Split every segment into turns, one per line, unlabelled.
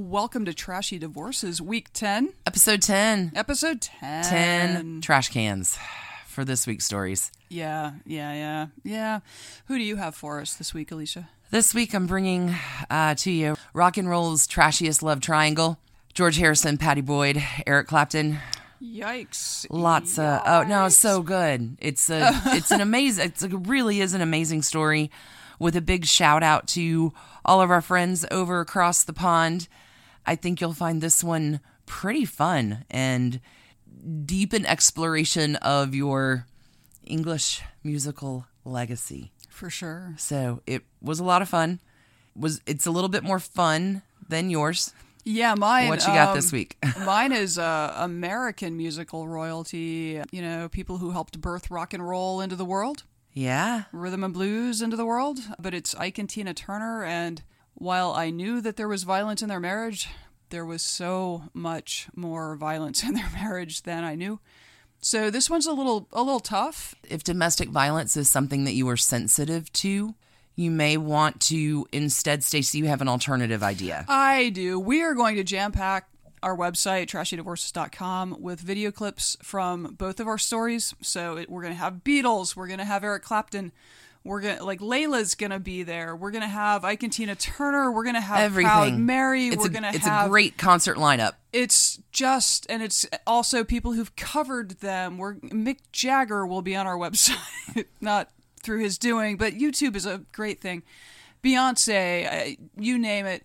Welcome to Trashy Divorces, Week 10,
Episode 10.
Episode 10.
10 trash cans for this week's stories.
Yeah, yeah, yeah, yeah. Who do you have for us this week, Alicia?
This week I'm bringing uh, to you rock and roll's trashiest love triangle George Harrison, Patty Boyd, Eric Clapton.
Yikes.
Lots of oh no, it's so good. It's a it's an amazing it's it really is an amazing story with a big shout out to all of our friends over across the pond. I think you'll find this one pretty fun and deep in exploration of your English musical legacy.
For sure.
So it was a lot of fun. Was it's a little bit more fun than yours.
Yeah, mine.
What you got
um,
this week?
mine is uh, American musical royalty. You know, people who helped birth rock and roll into the world,
Yeah.
rhythm and blues into the world. But it's Ike and Tina Turner, and while I knew that there was violence in their marriage, there was so much more violence in their marriage than I knew. So this one's a little a little tough.
if domestic violence is something that you are sensitive to, you may want to instead, Stacey, you have an alternative idea.
I do. We are going to jam pack our website, trashydivorces.com, with video clips from both of our stories. So it, we're going to have Beatles. We're going to have Eric Clapton. We're going to, like, Layla's going to be there. We're going to have Ike and Tina Turner. We're going to have Proud
Everything.
Mary.
It's
we're
a,
going to
it's
have.
a great concert lineup.
it's just, and it's also people who've covered them. We're, Mick Jagger will be on our website, not through his doing, but YouTube is a great thing. Beyonce, uh, you name it.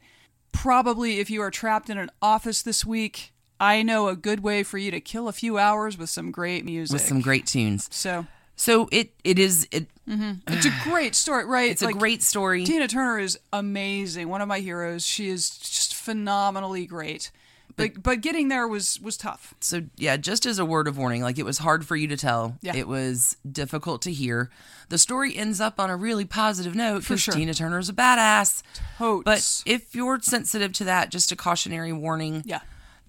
Probably if you are trapped in an office this week, I know a good way for you to kill a few hours with some great music.
with some great tunes.
so
So it it is it
it's a great story, right?
it's a great story.
Tina Turner is amazing. One of my heroes. She is just phenomenally great. But but getting there was was tough.
so yeah, just as a word of warning, like it was hard for you to tell.
Yeah.
It was difficult to hear. The story ends up on a really positive note because
sure.
Tina Turner's a badass.
Totes.
But if you're sensitive to that, just a cautionary warning
yeah.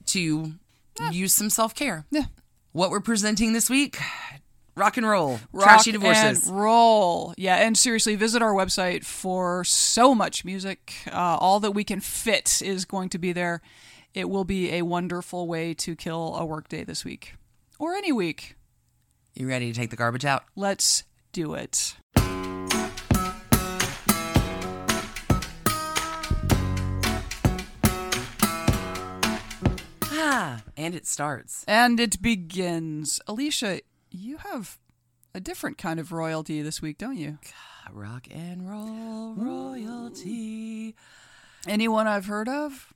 to use some self care.
Yeah.
what we're presenting this week rock and roll
Rock
trashy divorces
And roll. Yeah, and seriously, visit our website for so much music. Uh, all that we can fit is going to be there. It will be a wonderful way to kill a workday this week or any week.
you ready to take the garbage out
Let's do it.
ah and it starts
And it begins. Alicia, you have a different kind of royalty this week, don't you?
Ah, rock and roll royalty
Anyone I've heard of?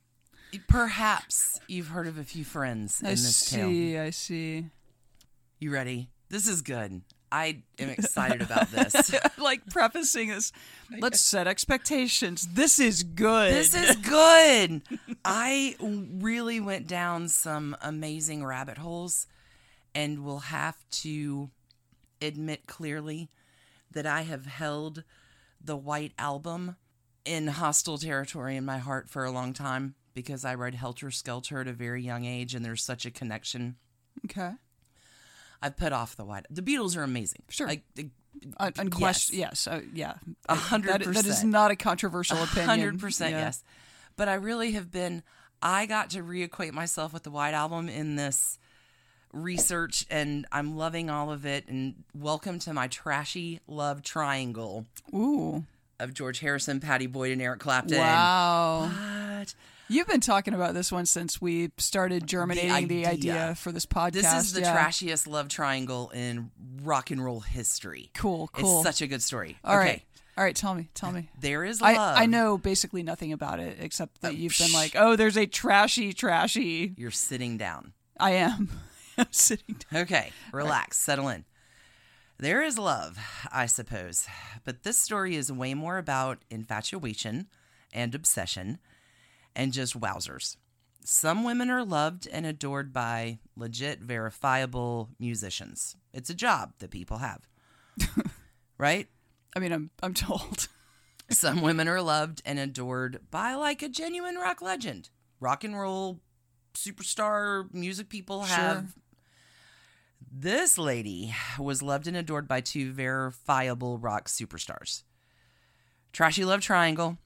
perhaps you've heard of a few friends in
I
this tale
see, I see.
you ready this is good i am excited about this
like prefacing this. Let's set expectations. This is good.
this is good i really went down some amazing rabbit holes and will have to admit clearly that I have held the White Album in hostile territory in my heart for a long time because I read Helter Skelter at a very young age and there's such a connection.
okay.
I've put off the White. The Beatles are amazing.
Sure.
Like the-
Un- unquestion- yes. uh, yeah.
a hundred
That,
percent.
that is not a controversial opinion.
Hundred percent,
Yeah.
yes. But I really have been. I got to reacquaint myself with the White Album in this research, and I'm loving all of it. And welcome to my trashy love triangle
Ooh.
of George Harrison, Patty Boyd, and Eric Clapton.
Wow.
What?
You've been talking about this one since we started germinating the idea,
idea.
for this podcast.
This is the
yeah.
trashiest love triangle in rock and roll history.
Cool, cool.
It's such a good story.
All
okay.
right. All right. Tell me. Tell me.
There is
I,
love.
I know basically nothing about it except that you've been like, oh, there's a trashy, trashy.
You're sitting down.
I am. I'm sitting down.
Okay, relax, settle in. There is love, I suppose, but this story is way more about infatuation and obsession and just wowzers. Some women are loved and adored by legit, verifiable musicians. It's a job that people have, right?
I mean, I'm, I'm told.
Some women are loved and adored by like a genuine rock legend. Rock and roll superstar music people
Sure.
have. This lady was loved and adored by two verifiable rock superstars. Trashy Love Triangle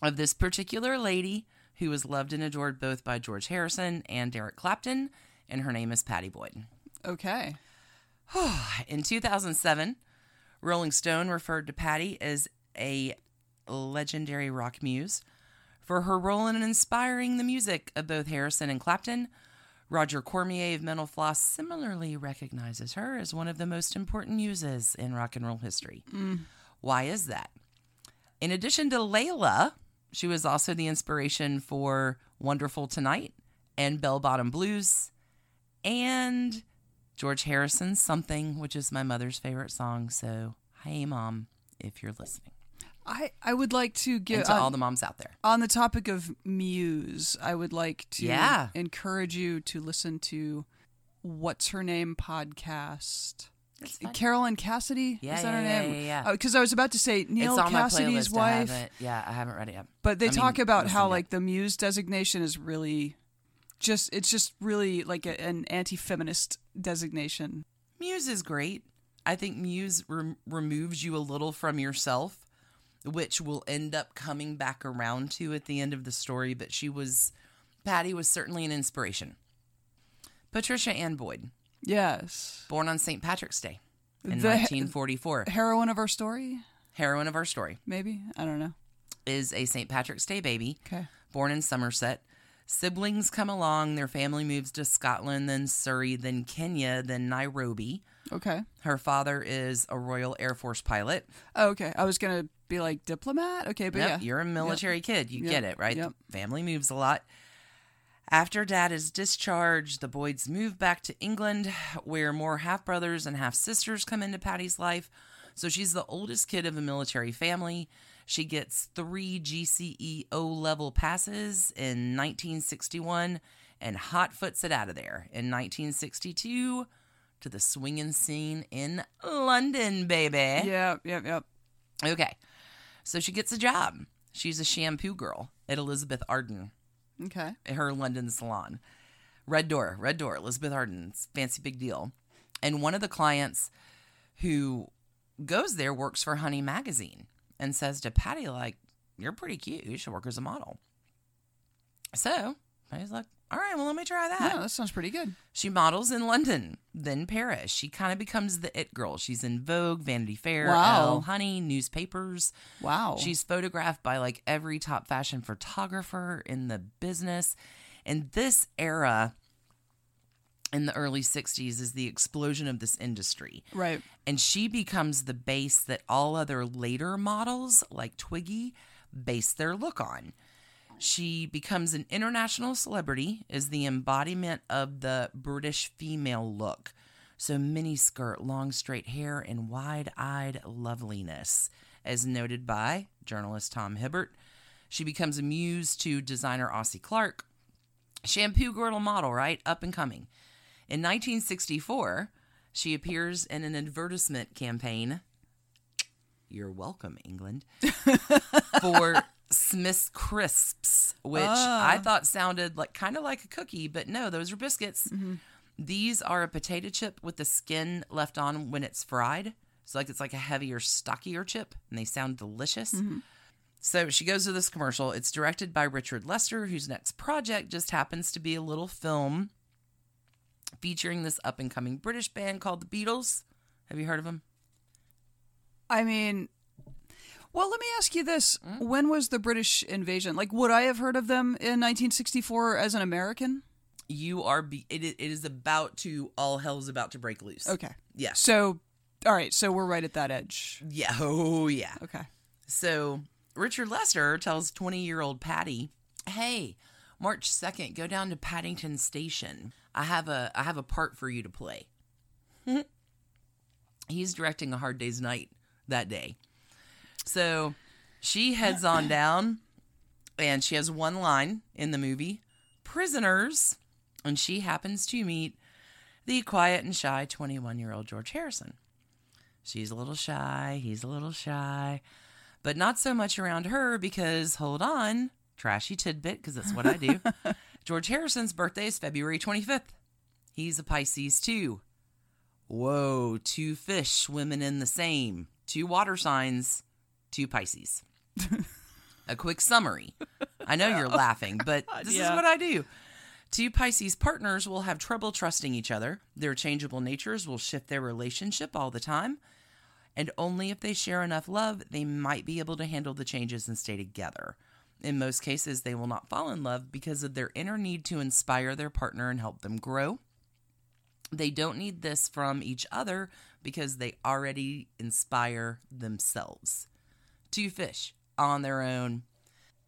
of this particular lady who was loved and adored both by George Harrison and Derek Clapton, and her name is Patty Boyd.
Okay.
In 2007, Rolling Stone referred to Patty as a legendary rock muse for her role in inspiring the music of both Harrison and Clapton. Roger Cormier of Mental Floss similarly recognizes her as one of the most important muses in rock and roll history. Why is that? In addition to Layla, she was also the inspiration for Wonderful Tonight and Bell Bottom Blues and George Harrison's Something, which is my mother's favorite song. So, hey, mom, if you're listening,
I, I would like to
and
give
to um,
on,
all the moms out there.
on the topic of muse, I would like to
Yeah.
encourage you to listen to What's Her Name podcast. Carolyn Cassidy
Yeah,
is that her
yeah, yeah,
name?
yeah, yeah.
Because I was about to say Neil
it's on
Cassidy's
my playlist. I
wife,
haven't, yeah, I haven't read it yet.
but they
I mean,
talk about how
listened
like the muse designation is really just it's just really like a, an anti-feminist designation.
yet. Muse is great. I think Muse rem- removes you a little from yourself, which will end up coming back around to at the end of the story. But she was, Patty was certainly an inspiration. Patricia Ann Boyd,
Yes,
born on St. Patrick's Day in
The-
1944,
heroine of our story,
heroine of our story,
maybe I don't know.
is a St. Patrick's Day baby.
Okay,
born in Somerset. Siblings come along, their family moves to Scotland, then Surrey, then Kenya, then Nairobi.
okay,
Her father is a Royal Air Force pilot.
oh, okay. I was gonna be like diplomat. Okay, but
Yep,
yeah,
you're a military kid. You
Yep.
get it, right?
Yep.
Family moves a lot. After dad is discharged, the Boyds move back to England, where more half brothers and half sisters come into Patty's life. So she's the oldest kid of a military family. She gets three GCE O level passes in 1961 and hot foots it out of there in 1962 to the swinging scene in London, baby.
yeah, yeah, yeah.
Okay. So she gets a job. She's a shampoo girl at Elizabeth Arden,
Okay,
at her London salon. Red Door, Red Door, Elizabeth Arden's fancy big deal. And one of the clients who goes there works for Honey Magazine and says to Patty, like, you're pretty cute. You should work as a model. So Patty's like, all right, well, let me try that.
yeah, that sounds pretty good.
She models in London, then Paris. She kind of becomes the it girl. She's in Vogue, Vanity Fair,
Wow.
Elle, Honey, newspapers.
Wow,
She's photographed by like every top fashion photographer in the business. And this era in the early 60s is the explosion of this industry.
right.
And she becomes the base that all other later models like Twiggy base their look on. She becomes an international celebrity, is the embodiment of the British female look. So mini skirt, long straight hair, and wide eyed loveliness, as noted by journalist Tom Hibbert. She becomes a muse to designer Ossie Clark. Shampoo girdle model, right? Up and coming. In 1964, she appears in an advertisement campaign. You're welcome, England. for Smith's crisps, which I thought sounded like kind of like a cookie, but no, those are biscuits. These are a potato chip with the skin left on when it's fried. So like it's like a heavier, stockier chip, and they sound delicious. So she goes to this commercial. It's directed by Richard Lester, whose next project just happens to be a little film featuring this up and coming British band called the Beatles. Have you heard of them?
I mean, well, let me ask you this: When was the British invasion? Like, would I have heard of them in 1964 as an American?
You are. Be- it, i- it is about to. All hell's about to break loose.
Okay,
Yes.
so all right, so we're right at that edge.
Yeah. Oh yeah.
Okay,
So Richard Lester tells 20 year old Patty, "Hey, March 2nd, go down to Paddington Station. I have a I have a part for you to play." He's directing A Hard Day's Night that day. So she heads on down and she has one line in the movie, "Prisoners," and she happens to meet the quiet and shy 21-year-old George Harrison. She's a little shy, he's a little shy but not so much around her because hold on, trashy tidbit because that's what I do. George Harrison's birthday is February 25th. He's a Pisces too. Whoa, two fish swimming in the same, two water signs, two Pisces. a quick summary. I know you're laughing, but this
yeah.
is what I do. Two Pisces partners will have trouble trusting each other. Their changeable natures will shift their relationship all the time. And only if they share enough love, they might be able to handle the changes and stay together. In most cases, they will not fall in love because of their inner need to inspire their partner and help them grow. They don't need this from each other because they already inspire themselves. Two fish on their own.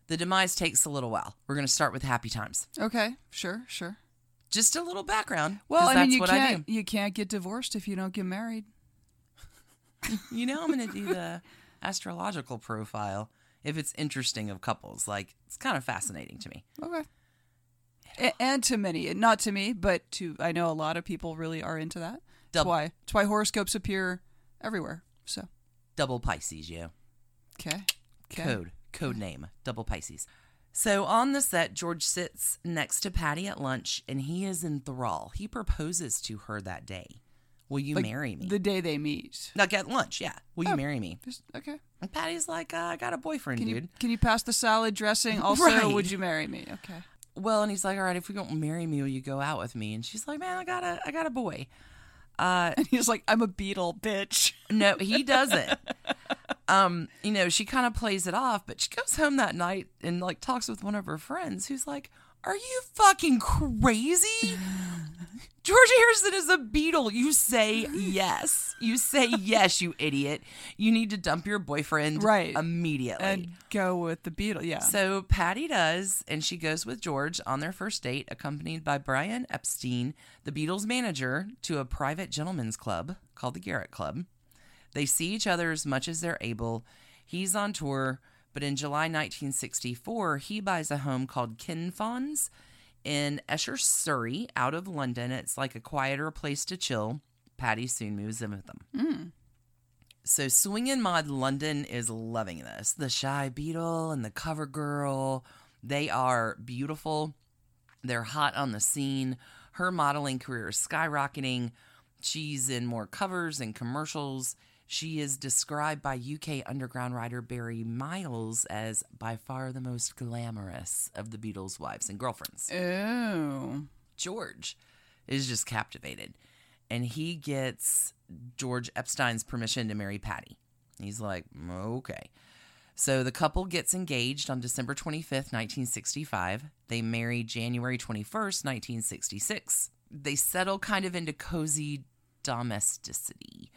The demise takes a little while. We're going to start with happy times.
Okay, sure, sure.
Just a little background. 'cause
Well, I mean,
that's
you
what I
can't
do.
you can't get divorced if you don't get married.
You know, I'm going to do the astrological profile if it's interesting of couples. Like, it's kind of fascinating to me.
Okay. A- and to many, not to me, but to I know a lot of people really are into that. That's
Double.
why that's why horoscopes appear everywhere. So
Double Pisces, you.
okay, okay.
Code, code name, double Pisces. So on the set, George sits next to Patty at lunch and he is in thrall. He proposes to her that day. Will you
Like,
marry me?
the day they meet.
like at lunch, yeah. Will
Oh.
you marry me?
Just, okay.
And Patty's like, uh, I got a boyfriend,
Can
dude.
you can you pass the salad dressing? Also,
Right.
would you marry me? Okay.
well and he's like all right if you don't marry me will you go out with me and she's like man i got a i got a boy uh
And he's like, I'm a beetle, bitch.
no he doesn't um you know she kind of plays it off but she goes home that night and like talks with one of her friends who's like are you fucking crazy George Harrison is a beetle. You say yes. You say yes, you idiot. You need to dump your boyfriend
Right.
immediately.
And go with the beetle. Yeah.
So Patty does, and she goes with George on their first date, accompanied by Brian Epstein, the Beatles manager, to a private gentlemen's club called the Garrett Club. They see each other as much as they're able. He's on tour, but in July 1964, he buys a home called Kinfons in Esher, Surrey, out of London. It's like a quieter place to chill. Patty soon moves in with them. So Swing and Mod London is loving this. The Shy Beetle and the Cover Girl, they are beautiful. They're hot on the scene. Her modeling career is skyrocketing. She's in more covers and commercials. She is described by UK underground writer Barry Miles as by far the most glamorous of the Beatles' wives and girlfriends.
Oh.
George is just captivated. And he gets George Epstein's permission to marry Patty. He's like, okay. So the couple gets engaged on December 25th, 1965. They marry January 21st, 1966. They settle kind of into cozy domesticity.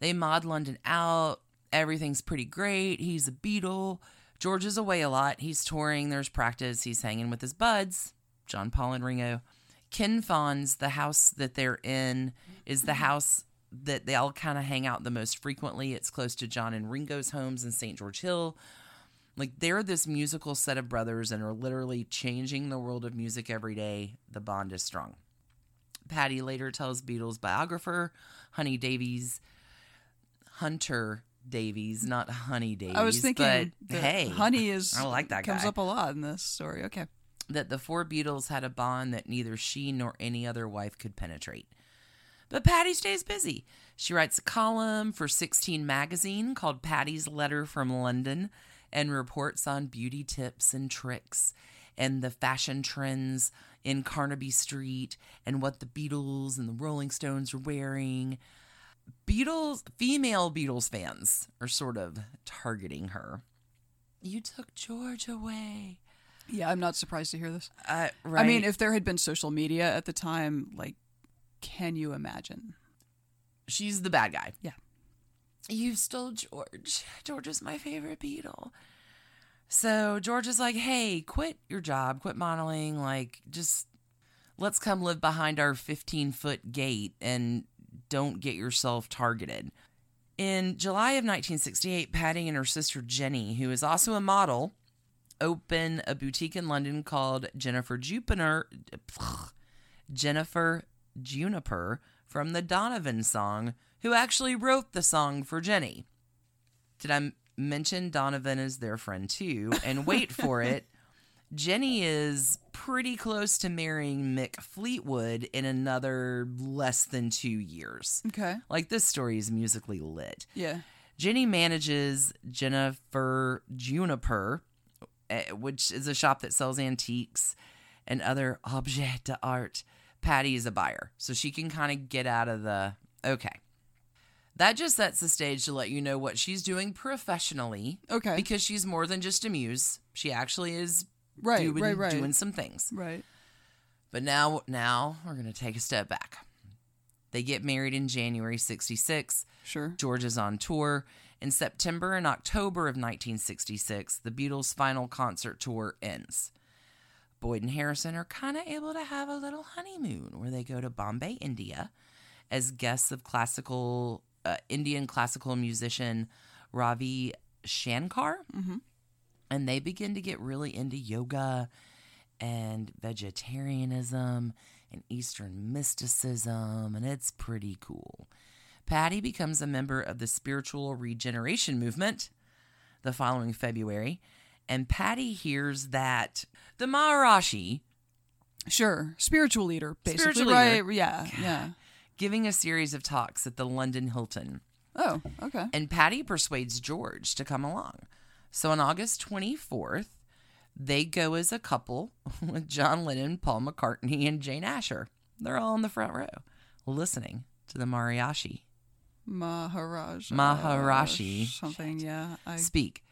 They mod London out. Everything's pretty great. He's a Beatle. George is away a lot. He's touring. There's practice. He's hanging with his buds, John Paul and Ringo. Ken Fons, the house that they're in, is the house that they all kind of hang out the most frequently. It's close to John and Ringo's homes in St. George Hill. Like they're this musical set of brothers and are literally changing the world of music every day. The bond is strong. Patty later tells Beatles biographer Honey Davies, Hunter Davies, not Honey Davies.
I was thinking
but
that
hey,
honey is
I like that
comes
guy.
up a lot in this story. Okay.
that the four Beatles had a bond that neither she nor any other wife could penetrate. But Patty stays busy. She writes a column for 16 magazine called Patty's Letter from London and reports on beauty tips and tricks and the fashion trends in Carnaby Street and what the Beatles and the Rolling Stones were wearing. Beatles, female Beatles fans are sort of targeting her. You took George away.
Yeah, I'm not surprised to hear this.
Uh, right.
I mean, if there had been social media at the time, like, can you imagine?
she's the bad guy.
Yeah.
You stole George. George is my favorite Beatle. So George is like, hey, quit your job, quit modeling. Like, just let's come live behind our 15 foot gate and don't get yourself targeted. In July of 1968, Patty and her sister Jenny, who is also a model, open a boutique in London called Jennifer Jupiter. Jennifer Juniper from the Donovan song, who actually wrote the song for Jenny. Did I m- mention Donovan is their friend too? And wait for it. Jenny is pretty close to marrying Mick Fleetwood in another less than two years.
Okay.
Like, this story is musically lit.
Yeah.
Jenny manages Jennifer Juniper eh, which is a shop that sells antiques and other objets d'art. Patty is a buyer, so she can kind of get out of the okay. That just sets the stage to let you know what she's doing professionally
Okay.
because she's more than just a muse. She actually is
Right,
doing,
right, right.
doing some things.
Right.
But now, now we're going to take a step back. They get married in January 66.
Sure.
George is on tour. In September and October of 1966, the Beatles' final concert tour ends. Boyd and Harrison are kind of able to have a little honeymoon where they go to Bombay, India, as guests of classical uh, Indian classical musician Ravi Shankar, and they begin to get really into yoga and vegetarianism and Eastern mysticism, and it's pretty cool. Patty becomes a member of the spiritual regeneration movement the following February, and Patty hears that the Maharishi,
Sure. Spiritual leader, basically.
Spiritual
right.
leader.
Yeah. Yeah.
giving a series of talks at the London Hilton,
Oh, okay.
and Patty persuades George to come along. So on August 24th, they go as a couple with John Lennon, Paul McCartney, and Jane Asher. They're all in the front row listening to the Mariachi
Maharaj.
Maharashi.
Something, yeah. I,
speak.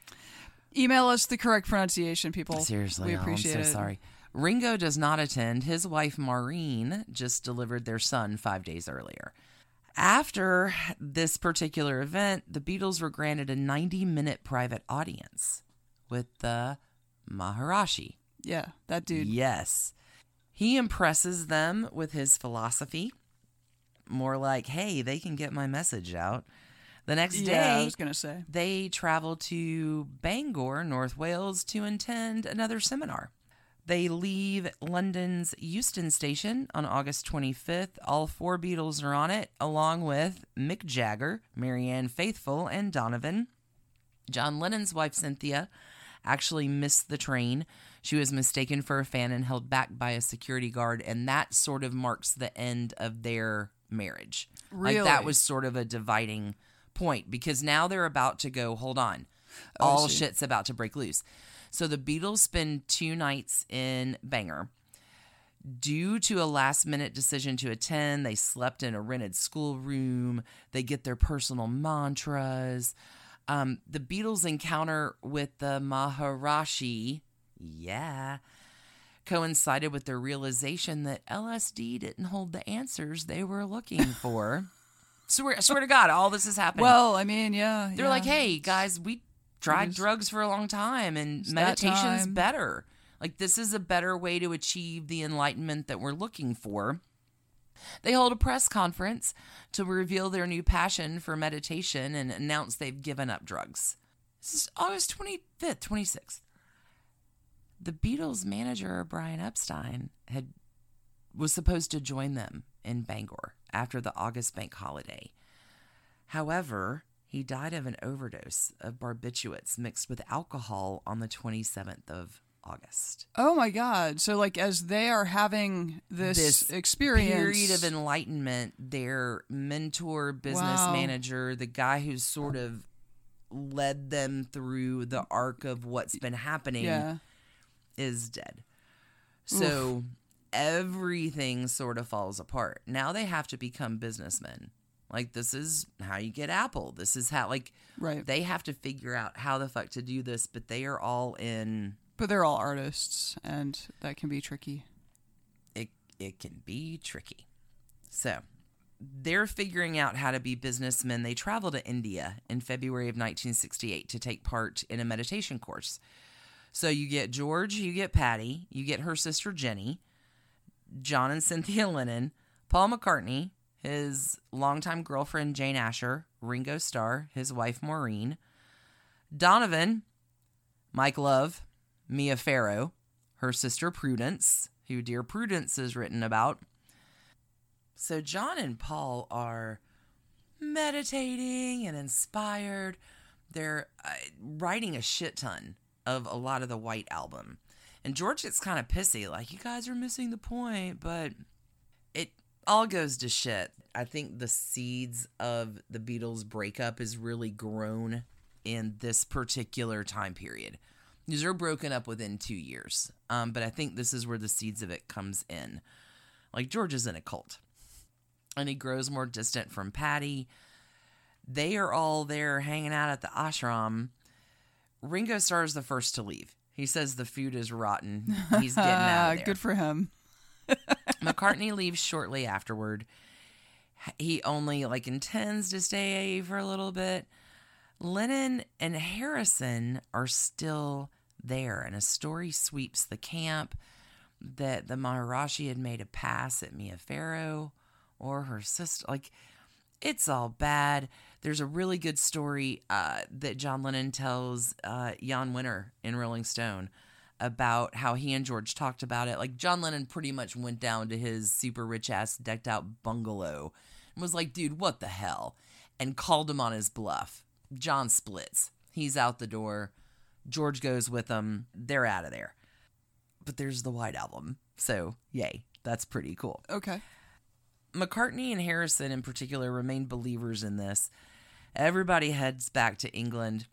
email us the correct pronunciation, people.
Seriously,
we
y'all,
appreciate
I'm
it.
so sorry. Ringo does not attend. His wife Maureen just delivered their son five days earlier. After this particular event, the Beatles were granted a 90 minute private audience with the Maharishi.
Yeah, that dude.
Yes. He impresses them with his philosophy, more like, hey, they can get my message out. The next
Yeah, I
day,
was gonna say.
they travel to Bangor, North Wales, to attend another seminar. They leave London's Euston Station on August 25th. All four Beatles are on it, along with Mick Jagger, Marianne Faithful, and Donovan. John Lennon's wife, Cynthia, actually missed the train. She was mistaken for a fan and held back by a security guard, and that sort of marks the end of their marriage. Like that
Really?
was sort of a dividing point because now they're about to go, hold on, all shit's about to break loose. So the Beatles spend two nights in Bangor. Due to a last minute decision to attend, they slept in a rented schoolroom. They get their personal mantras. Um, the Beatles' encounter with the Maharishi, yeah, coincided with their realization that LSD didn't hold the answers they were looking for. swear, swear to God, all this is happening.
Well, I mean, yeah.
They're
yeah.
like, hey guys, we tried drugs for a long time, and
that
meditation's
time."
better. Like this is a better way to achieve the enlightenment that we're looking for. They hold a press conference to reveal their new passion for meditation and announce they've given up drugs. This is August 25th, 26th. The Beatles manager Brian Epstein had was supposed to join them in Bangor after the August bank holiday. However, he died of an overdose of barbiturates mixed with alcohol on the 27th of August.
Oh my God! So like, as they are having this, experience,
period of enlightenment, their mentor, business
Wow.
manager, the guy who's sort of led them through the arc of what's been happening
yeah,
is dead. So everything sort of falls apart. Now they have to become businessmen. Like this is how you get Apple. This is how like
right.
they have to figure out how the fuck to do this, but they are all in
but they're all artists, and that can be tricky.
it it can be tricky. So they're figuring out how to be businessmen. They travel to India in February of 1968 to take part in a meditation course. So you get George, you get Patty, you get her sister Jenny, John and Cynthia Lennon, Paul McCartney, his longtime girlfriend Jane Asher, Ringo Starr, his wife Maureen, Donovan, Mike Love, Mia Farrow, her sister Prudence, who Dear Prudence is written about. So John and Paul are meditating and inspired. They're uh, writing a shit ton of a lot of the White album. And George gets kind of pissy, like, you guys are missing the point, but it all goes to shit. I think the seeds of the Beatles breakup is really grown in this particular time period. These are broken up within two years. Um, but I think this is where the seeds of it comes in. Like George is in a cult, and he grows more distant from Patty. They are all there hanging out at the ashram. Ringo Starr is the first to leave. He says the food is rotten. He's getting out
Ah,
of there.
good for him.
McCartney leaves shortly afterward. He only like intends to stay for a little bit. Lennon and Harrison are still there, and a story sweeps the camp that the Maharishi had made a pass at Mia Farrow or her sister. Like, it's all bad. There's a really good story uh, that John Lennon tells uh, Jan Winter in Rolling Stone about how he and George talked about it. Like John Lennon pretty much went down to his super rich ass decked out bungalow and was like, dude, what the hell? And called him on his bluff. John splits. He's out the door. George goes with him. They're out of there. But there's the White Album. So, yay. That's pretty cool.
Okay.
McCartney and Harrison in particular remained believers in this. Everybody heads back to England,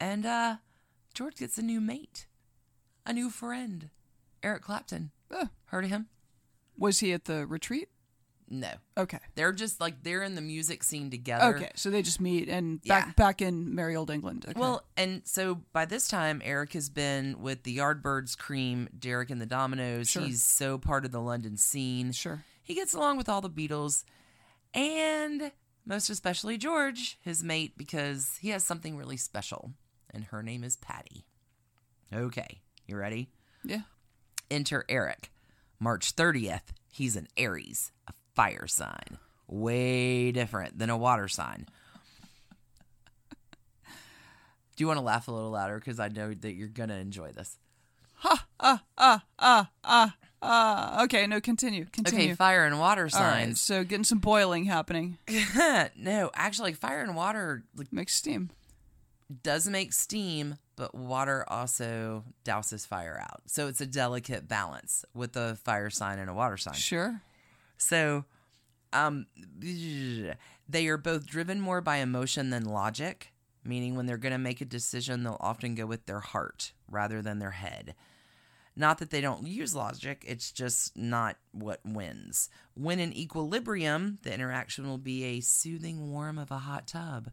and uh, George gets a new mate, a new friend, Eric Clapton.
Uh,
Heard of him?
was he at the retreat?
No,
Okay.
they're just like they're in the music scene together.
Okay. So they just meet and
Yeah.
back back in merry old England. Okay.
Well, and so by this time, Eric has been with the Yardbirds, Cream, Derek and the Dominoes.
Sure.
He's so part of the London scene.
sure.
He gets along with all the Beatles and most especially George, his mate, because he has something really special, and her name is Patty. Okay, you ready?
Yeah.
Enter Eric. March 30th, he's an Aries, a fire sign. Way different than a water sign. Do you want to laugh a little louder? Because I know that you're going to enjoy this.
Ah, Uh, okay. No. Continue. Continue.
Okay, fire and water
All right,
signs.
so getting some boiling happening.
no, actually, fire and water, like,
Makes steam.
does make steam, but water also douses fire out. So it's a delicate balance with a fire sign and a water sign.
Sure.
So um they are both driven more by emotion than logic, meaning when they're going to make a decision, they'll often go with their heart rather than their head. Not that they don't use logic, it's just not what wins. When in equilibrium, the interaction will be a soothing warm of a hot tub.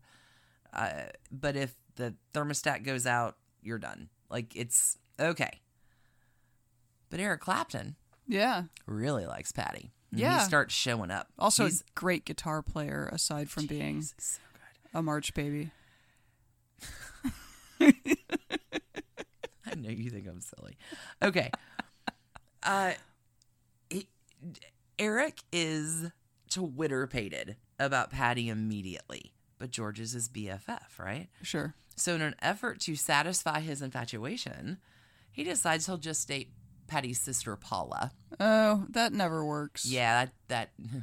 Uh, but if the thermostat goes out, you're done. Like it's okay. But Eric Clapton
Yeah.
really likes Patty. And
Yeah.
He starts showing up.
Also,
He's-
a great guitar player aside from being a March baby.
I know you think I'm silly. Okay. uh, he- Eric is Twitter pated about Patty immediately, but George is his BFF, right?
Sure.
So, in an effort to satisfy his infatuation, he decides he'll just date Patty's sister, Paula.
Oh, that never works.
Yeah, that, that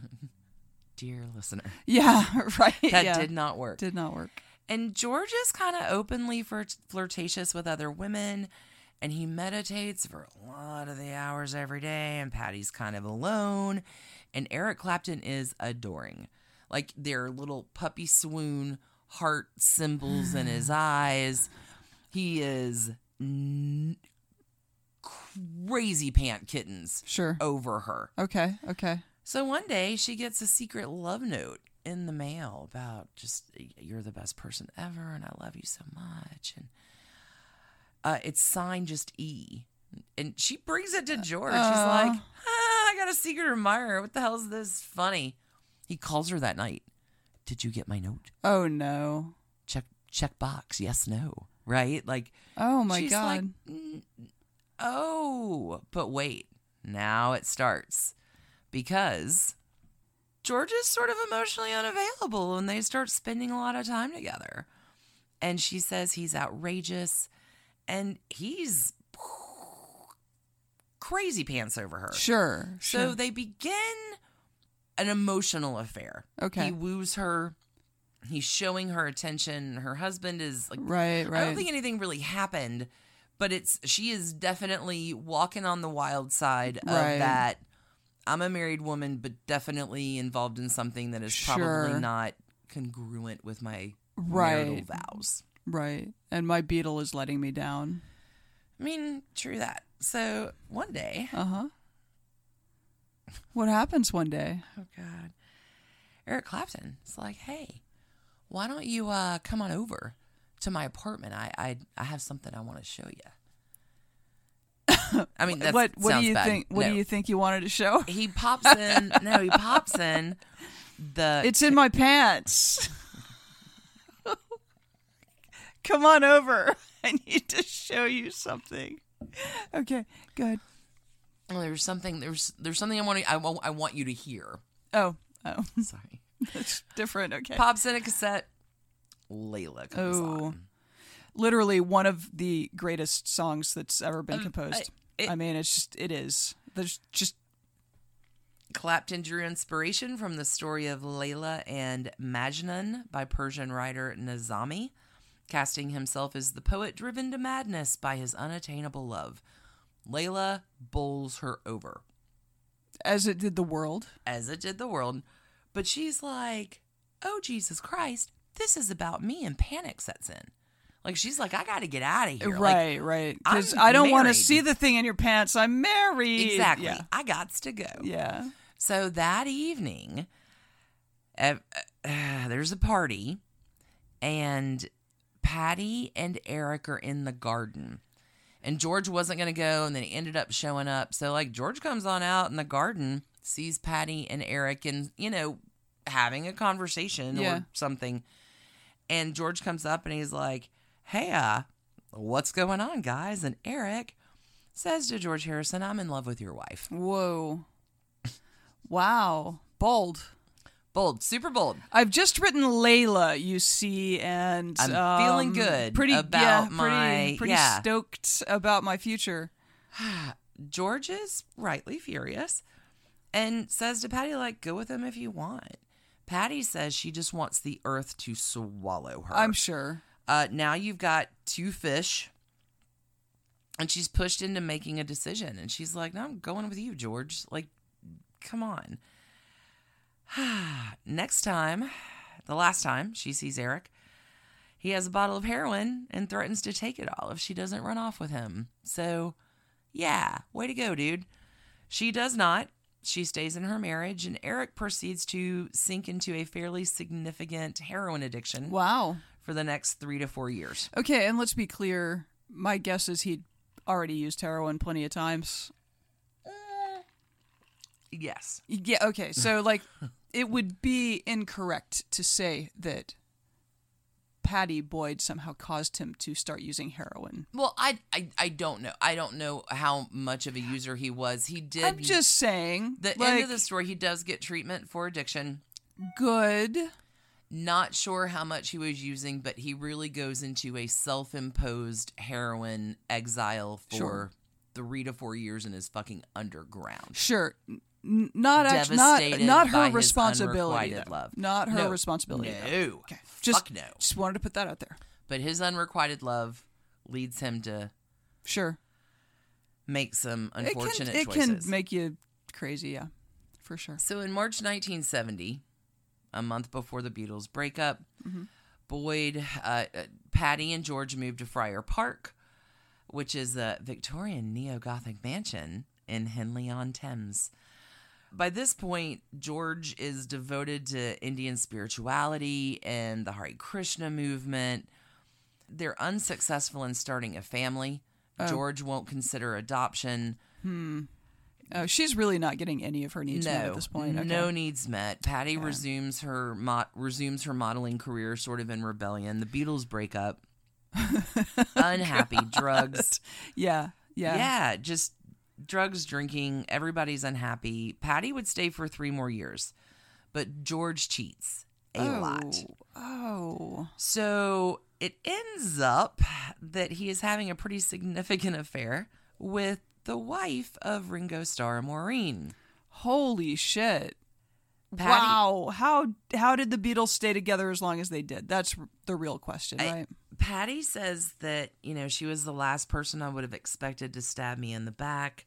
dear listener,
Yeah. Right.
that
yeah.
did not work.
Did not work.
And George is kind of openly flirt- flirtatious with other women, and he meditates for a lot of the hours every day. And Patty's kind of alone, and Eric Clapton is adoring, like their little puppy swoon heart symbols in his eyes. He is n- crazy pant kittens
Sure.
over her.
Okay. Okay.
So one day she gets a secret love note in the mail about just you're the best person ever and I love you so much and uh, it's signed just E and she brings it to George. She's
Uh.
like, ah, I got a secret admirer. What the hell is this? Funny. He calls her that night. Did you get my note?
Oh no.
Check check box. Yes, no. Right? Like
Oh my
She's
god.
like, "Mm, oh, but wait. Now it starts because George is sort of emotionally unavailable and they start spending a lot of time together. And she says he's outrageous and he's crazy pants over her.
sure. Sure.
So they begin an emotional affair.
Okay.
He woos her. He's showing her attention. Her husband is like
right. Right.
I don't think anything really happened, but it's she is definitely walking on the wild side
Right.
of that. I'm a married woman, but definitely involved in something that is
Sure.
probably not congruent with my marital
right.
vows.
Right. And my beetle is letting me down.
I mean, true that. So one day,
Uh huh. What happens one day?
oh God, Eric Clapton is like, hey, why don't you uh, come on over to my apartment? I I, I have something I want to show you. I mean, that's,
what What
sounds
do you
bad.
think? What
No.
do you think you wanted to show?
He pops in. no, he pops in. The
It's in my pants. Come on over. I need to show you something. Okay, good.
Well, oh, there's something there's there's something I want to I, wa- I want you to hear.
Oh, oh,
Sorry.
that's different. Okay.
Pops in a cassette. Layla comes
Oh.
on.
Literally one of the greatest songs that's ever been composed. I,
Um, I- it-
mean, it's just it is. There's just
Clapton drew inspiration from the story of Layla and Majnun by Persian writer Nazami, casting himself as the poet driven to madness by his unattainable love. Layla bowls her over,
as it did the world.
as it did the world, but she's like, oh, Jesus Christ, this is about me, and panic sets in. Like, she's like, I gotta get out of here. Like,
right, right. Because
I'm
I don't want to
married.
see the thing in your pants. I'm married.
Exactly.
Yeah.
I got to go.
yeah.
So that evening, ev- uh, there's a party, and Patty and Eric are in the garden. And George wasn't going to go, and then he ended up showing up. So, like, George comes on out in the garden, sees Patty and Eric, and, you know, having a conversation
Yeah.
or something. And George comes up and he's like, Hey, uh, what's going on, guys? And Eric says to George Harrison, I'm in love with your wife.
Whoa. Wow. Bold.
Bold, super bold.
I've just written Layla, you see, and
I'm
um,
feeling good
Pretty
about
yeah, pretty,
my-
pretty
yeah.
stoked about my future.
George is rightly furious and says to Patty, like, go with him if you want. Patty says she just wants the earth to swallow her.
I'm sure.
uh, now you've got two fish, and she's pushed into making a decision. And she's like, no, I'm going with you, George. Like, come on. Next time, the last time she sees Eric, he has a bottle of heroin and threatens to take it all if she doesn't run off with him. So, yeah, way to go, dude. She does not. She stays in her marriage, and Eric proceeds to sink into a fairly significant heroin addiction
Wow.
for the next three to four years.
Okay, and let's be clear. My guess is he'd already used heroin plenty of times.
Yes.
Yeah. Okay. So like, it would be incorrect to say that Patty Boyd somehow caused him to start using heroin.
Well, I, I I don't know. I don't know how much of a user he was. He did.
I'm just saying.
the
like,
end of the story. He does get treatment for addiction.
good.
Not sure how much he was using, but he really goes into a self-imposed heroin exile for
Sure.
three to four years and is fucking underground.
Sure. N- not act- not
Devastated
not
by
her
his
responsibility.
unrequited
though.
love.
Not her
No.
responsibility. though.
No.
Okay. Just
Fuck no.
just wanted to put that out there.
But his unrequited love leads him to
Sure.
make some
It can
unfortunate
it
choices.
can make you crazy, yeah. For sure.
So in March 1970, a month before the Beatles' breakup,
Mm-hmm.
Boyd, uh, uh, Patty, and George moved to Friar Park, which is a Victorian neo Gothic mansion in Henley on Thames. By this point, George is devoted to Indian spirituality and the Hare Krishna movement. They're unsuccessful in starting a family. George won't consider adoption.
Oh, she's really not getting any of her needs met at this point. Okay.
No needs met. Patty resumes her mo- resumes her modeling career, sort of in rebellion. The Beatles break up. Unhappy, drugs.
Yeah. Yeah.
Yeah, just drugs, drinking. Everybody's unhappy. Patty would stay for three more years, but George cheats a
oh.
lot.
Oh.
So it ends up that he is having a pretty significant affair with the wife of Ringo Starr, Maureen.
Holy shit.
Patty-
Wow. How how did the Beatles stay together as long as they did? That's r- the real question, right?
Patty says that, you know, she was the last person I would have expected to stab me in the back.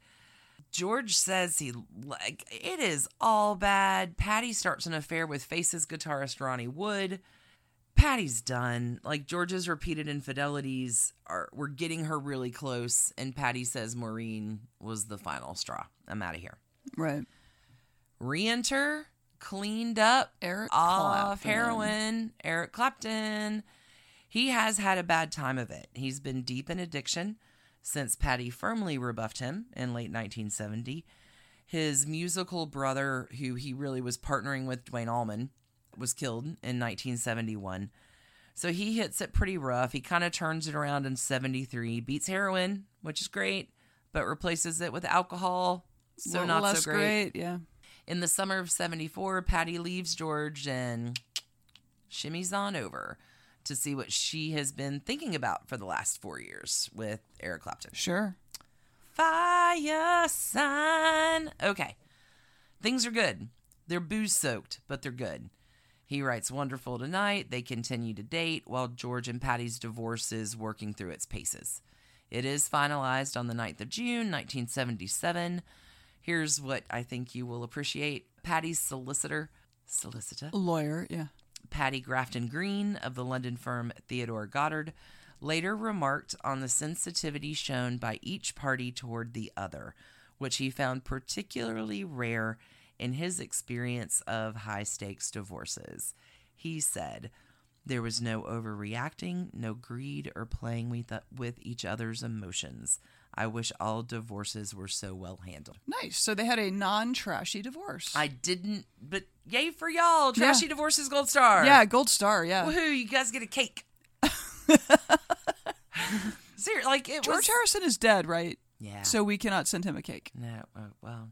George says he like it is all bad. Patty starts an affair with Faces guitarist Ronnie Wood. Patty's done. Like George's repeated infidelities are were getting her really close, and Patty says Maureen was the final straw. I'm out of here.
Right.
Re-enter, cleaned up,
Eric
off
Clapton.
Ah, heroin. Eric Clapton. He has had a bad time of it. He's been deep in addiction since Patty firmly rebuffed him in late 1970. His musical brother, who he really was partnering with, Dwayne Allman, was killed in 1971. So he hits it pretty rough. He kind of turns it around in 73, beats heroin, which is great, but replaces it with alcohol. So
Little
not
less
so great.
Yeah.
In the summer of 74, Patty leaves George and shimmies on over to see what she has been thinking about for the last four years with Eric Clapton.
Sure.
Fire sign. Okay. Things are good. They're booze soaked, but they're good. He writes Wonderful Tonight. They continue to date while George and Patty's divorce is working through its paces. It is finalized on the 9th of June, 1977. Here's what I think you will appreciate Patty's solicitor, solicitor,
Lawyer. Yeah.
Patty Grafton Green of the London firm Theodore Goddard later remarked on the sensitivity shown by each party toward the other, which he found particularly rare in his experience of high stakes divorces. He said, There was no overreacting, no greed, or playing with, with each other's emotions. I wish all divorces were so well handled.
Nice. So they had a non-trashy divorce.
I didn't, but yay for y'all. Trashy divorces, gold star.
yeah, gold star. Yeah.
Woohoo, you guys get a cake. Seriously, like it
George
was.
Harrison is dead, right?
Yeah.
So we cannot send him a cake.
no, uh, well,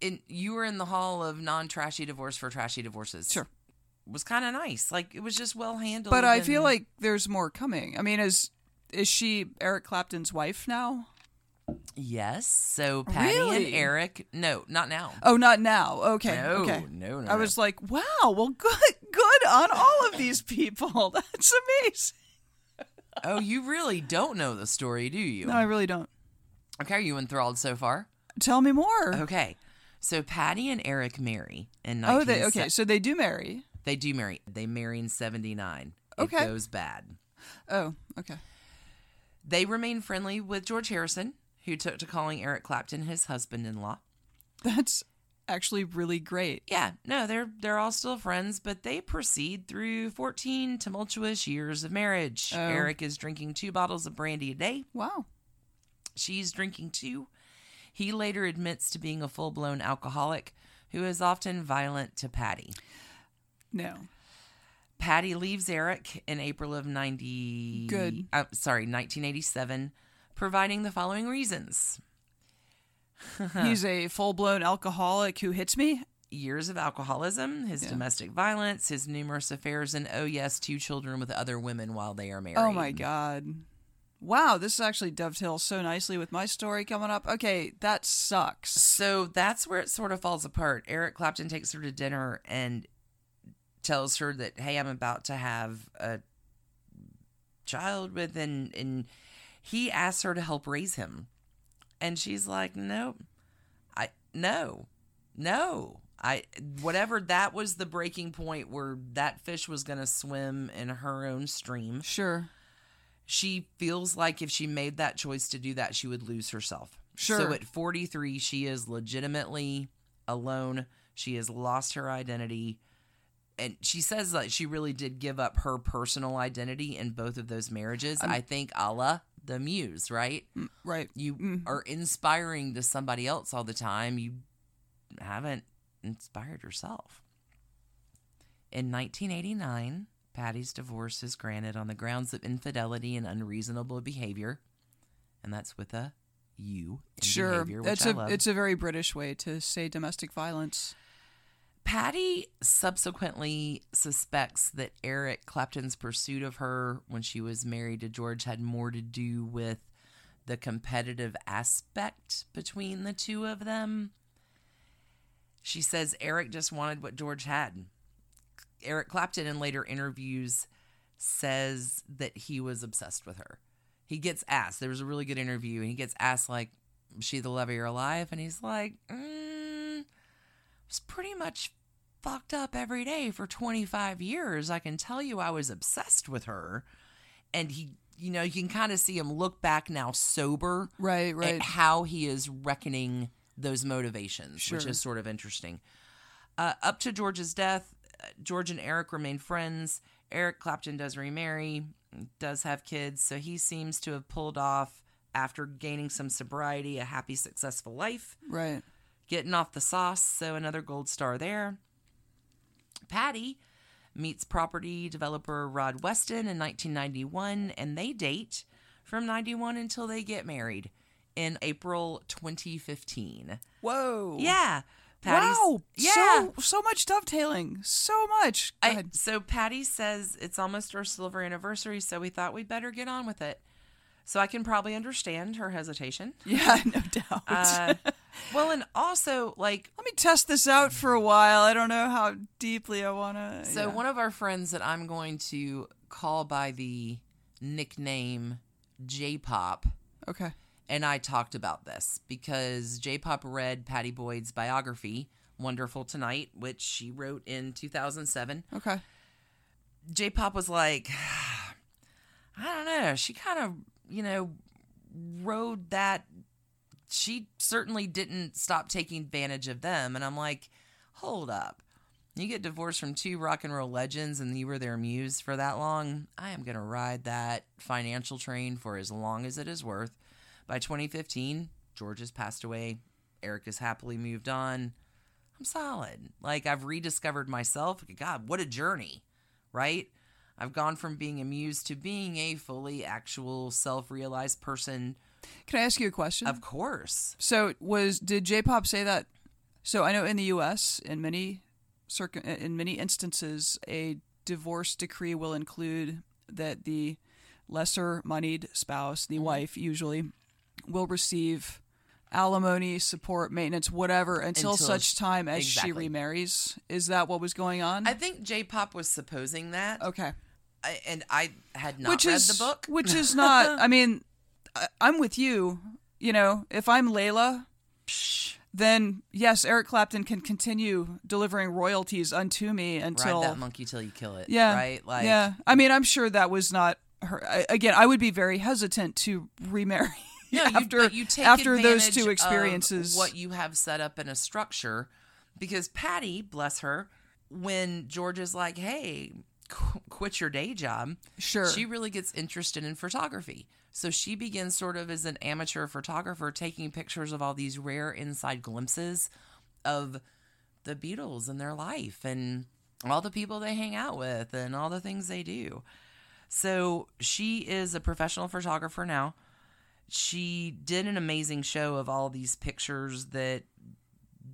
in, you were in the hall of non-trashy divorce for trashy divorces.
Sure.
was kind of nice. Like it was just well handled.
But I feel
and-
like there's more coming. I mean, is is she Eric Clapton's wife now?
yes. So Patty
Really?
and Eric. No, not now.
Oh, not now. Okay.
No,
okay.
no, no,
I
no.
was like, wow. Well, good, good on all of these people. That's amazing.
Oh, you really don't know the story, do you?
No, I really don't.
Okay, are you enthralled so far?
Tell me more.
Okay. So Patty and Eric marry in
Oh,
1970.
they okay. So they do marry.
They do marry. They marry in 79.
Okay.
It goes bad.
Oh, okay.
They remain friendly with George Harrison, who took to calling Eric Clapton his husband in law.
That's actually really great.
Yeah, no, they're they're all still friends, but they proceed through 14 tumultuous years of marriage.
Oh.
Eric is drinking two bottles of brandy a day.
Wow.
She's drinking two. He later admits to being a full-blown alcoholic who is often violent to Patty.
No.
Patty leaves Eric in April of 90.
Good.
Uh, sorry, 1987, providing the following reasons Uh-huh.
He's a full blown alcoholic who hits me.
years of alcoholism, his domestic violence, his numerous affairs, and oh, yes, two children with other women while they are married.
Oh my god. Wow, this actually dovetails so nicely with my story coming up. Okay, that sucks.
So that's where it sort of falls apart. Eric Clapton takes her to dinner and tells her that, hey, I'm about to have a child with, and, and he asks her to help raise him. And she's like, nope, I, no, no. I, whatever that was the breaking point where that fish was going to swim in her own stream.
Sure.
she feels like if she made that choice to do that, she would lose herself. So
Sure.
at 43, she is legitimately alone. She has lost her identity. And she says that she really did give up her personal identity in both of those marriages. I think Allah, the muse, right?
Right.
You
Mm-hmm.
are inspiring to somebody else all the time. You haven't inspired yourself. In 1989, Patty's divorce is granted on the grounds of infidelity and unreasonable behavior, and that's with a "you" in
Sure.
behavior, which
It's
I
a
love.
it's a very British way to say domestic violence.
Patty subsequently suspects that Eric Clapton's pursuit of her when she was married to George had more to do with the competitive aspect between the two of them. She says Eric just wanted what George had. Eric Clapton, in later interviews, says that he was obsessed with her. He gets asked, there was a really good interview, and he gets asked, like, is she the love of your life? And he's like, mm, was pretty much fucked up every day for 25 years. I can tell you I was obsessed with her. And he, you know, you can kind of see him look back now sober
Right, right.
at how he is reckoning those motivations, which
Sure.
is sort of interesting. Uh, up to George's death, uh, George and Eric remain friends. Eric Clapton does remarry, does have kids, so he seems to have pulled off, after gaining some sobriety, a happy, successful life
right.
getting off the sauce, so another gold star there. Patty meets property developer Rod Weston in 1991, and they date from 91 until they get married in April 2015.
Whoa.
Yeah.
wow.
Yeah.
So, so much dovetailing. So much. Go
I-
ahead.
so Patty says it's almost our silver anniversary, so we thought we'd better get on with it. So I can probably understand her hesitation.
yeah, no doubt.
Uh, well, and also, like,
Let me test this out for a while. I don't know how deeply I want to.
So one of our friends that I'm going to call by the nickname J-pop,
okay.
and I talked about this because J-pop read Patty Boyd's biography, Wonderful Tonight, which she wrote in 2007.
Okay.
J-pop was like, I don't know, she kind of, you know, rode that. She certainly didn't stop taking advantage of them, and I'm like, hold up. You get divorced from two rock and roll legends and you were their muse for that long. I am going to ride that financial train for as long as it is worth. By 2015, George has passed away. Eric has happily moved on. I'm solid. Like, I've rediscovered myself. God, what a journey, right? I've gone from being a muse to being a fully actual self realized person.
Can I ask you a question?
Of course.
So was did J-pop say that? So I know in the U.S. in many circum in many instances a divorce decree will include that the lesser moneyed spouse,
Mm-hmm.
the wife usually, will receive alimony, support, maintenance, whatever until,
Until-
such time as
exactly.
she remarries. Is that what was going on?
I think J pop was supposing that.
okay.
I, and I had not read
is,
the book.
Which is not. I mean, I, I'm with you. You know, if I'm Layla, then yes, Eric Clapton can continue delivering royalties unto me until.
ride that monkey till you kill it.
yeah.
Right? Like
yeah. I mean, I'm sure that was not her. I, again, I would be very hesitant to remarry
no, you,
after
but you take
after those
advantage
two
of
experiences.
what you have set up in a structure because Patty, bless her, when George is like, "Hey, qu- quit your day job."
sure.
She really gets interested in photography. So she begins sort of as an amateur photographer taking pictures of all these rare inside glimpses of the Beatles and their life and all the people they hang out with and all the things they do. So she is a professional photographer now. She did an amazing show of all these pictures that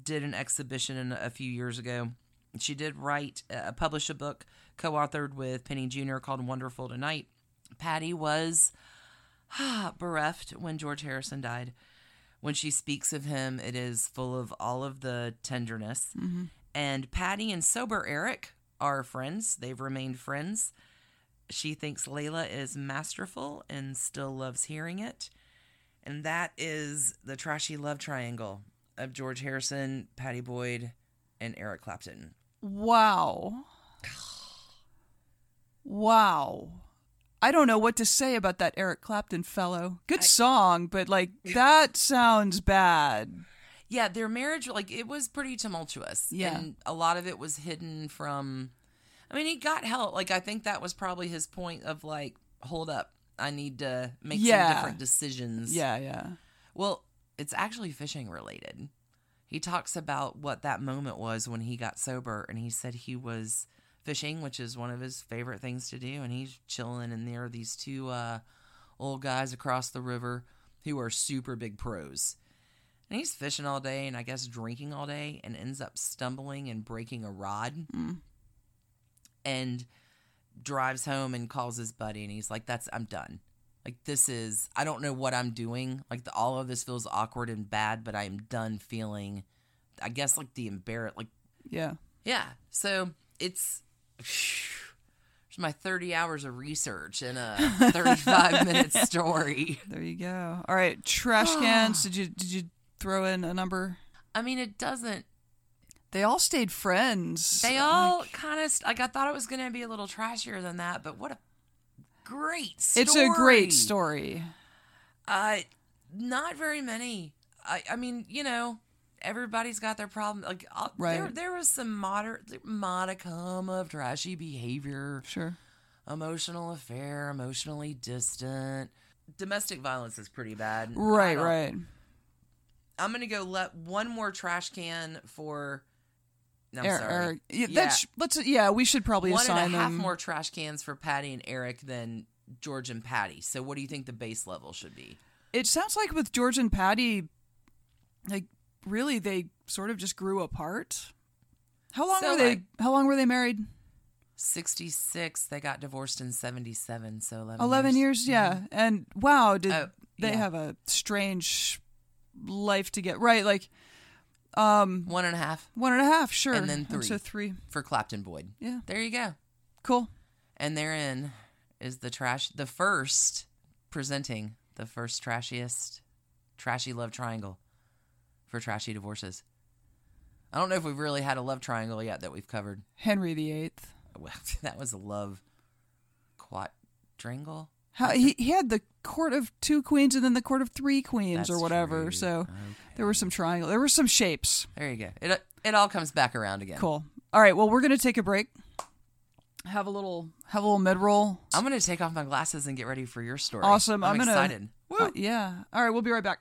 did an exhibition in, a few years ago. She did write, uh, publish a book co authored with Penny Jr. called Wonderful Tonight. Patty was bereft when George Harrison died. When she speaks of him, it is full of all of the tenderness. And Patty and Sober Eric are friends, they've remained friends. She thinks Layla is masterful and still loves hearing it. And that is the trashy love triangle of George Harrison, Patty Boyd, and Eric Clapton.
Wow. Wow. I don't know what to say about that Eric Clapton fellow. Good song, but like that sounds bad.
Yeah, their marriage, like, it was pretty tumultuous.
Yeah.
And a lot of it was hidden from, I mean, he got help. Like, I think that was probably his point of, like, hold up, I need to make
Yeah.
some different decisions.
Yeah, yeah.
Well, it's actually fishing related. He talks about what that moment was when he got sober and he said he was fishing, which is one of his favorite things to do. And he's chilling, and there are these two uh, old guys across the river who are super big pros. And he's fishing all day and I guess drinking all day and ends up stumbling and breaking a rod
Mm.
and drives home and calls his buddy and he's like, That's I'm done. Like this is I don't know what I'm doing. Like the, all of this feels awkward and bad, but I am done feeling I guess like the embarrass like
Yeah.
yeah. So it's it's my 30 hours of research in a 35 minute story.
There you go. All right, trash cans. did you did you throw in a number?
I mean, it doesn't
They all stayed friends.
They all kind of like I thought it was going to be a little trashier than that, but what a great story!
It's a great story.
Uh, not very many. I, I mean, you know, everybody's got their problem. Like, i
Right.
there, there was some moderate modicum of trashy behavior,
Sure.
emotional affair, emotionally distant. Domestic violence is pretty bad. I
Right,
don't-
right.
I'm gonna go let one more trash can for. No, I'm
Eric,
sorry.
Eric. Er, Yeah, That's, let's, yeah, we should probably
one and
assign
a half
them.
more trash cans for Patty and Eric than George and Patty. So what do you think the base level should be?
It sounds like with George and Patty, like really, they sort of just grew apart. How long
So,
were they?
like-
how long were they married?
66 they got divorced in 77 so 11,
Eleven years. yeah. And wow, did
Mm-hmm. Oh,
they
yeah.
have a strange life to get right? Like, um,
one and a half
one and a half, sure,
And then three.
so three,
for clapton boyd
yeah,
there you go
cool.
and therein is the trash the first presenting the first trashiest trashy love triangle for trashy divorces i don't know if we've really had a love triangle yet that we've covered
Henry the Eighth.
well that was a love quadrangle
How he, he had the court of two queens and then the court of three queens or
That's
whatever.
true.
So
Okay.
there were some triangle. There were some shapes.
There you go. It it all comes back around again.
Cool. All right. Well, we're gonna take a break. Have a little have a little mid roll.
I'm gonna take off my glasses and get ready for your story.
Awesome. I'm, gonna-
excited.
Uh, yeah. All right. We'll be right back.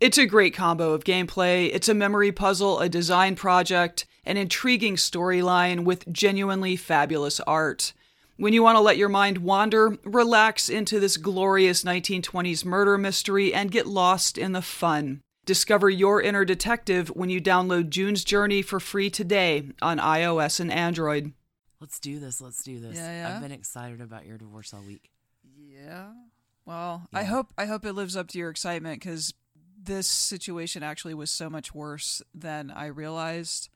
it's a great combo of gameplay. It's a memory puzzle, a design project, an intriguing storyline with genuinely fabulous art. When you want to let your mind wander, relax into this glorious 1920s murder mystery and get lost in the fun. Discover your inner detective when you download June's Journey for free today on iOS and Android.
Let's do this. Let's do this.
Yeah, yeah.
I've been excited about your divorce all week.
Yeah. Well, I hope I hope it lives up to your excitement because this situation actually was so much worse than I realized,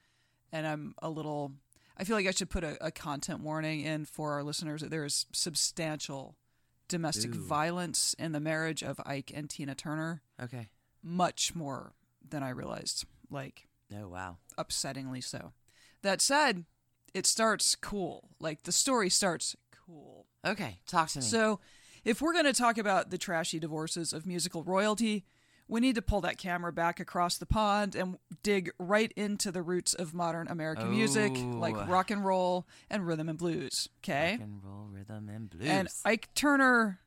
and I'm a little. I feel like I should put a, a content warning in for our listeners that there is substantial domestic
Ooh.
violence in the marriage of Ike and Tina Turner,
Okay.
much more than I realized. Like
Oh wow.
upsettingly so. That said, it starts cool. Like the story starts cool.
Okay. Talk to me.
So, if we're going to talk about the trashy divorces of musical royalty, we need to pull that camera back across the pond and dig right into the roots of modern American music, like
Oh.
rock and roll and rhythm and blues. Okay.
Rock and roll rhythm and blues.
And Ike Turner,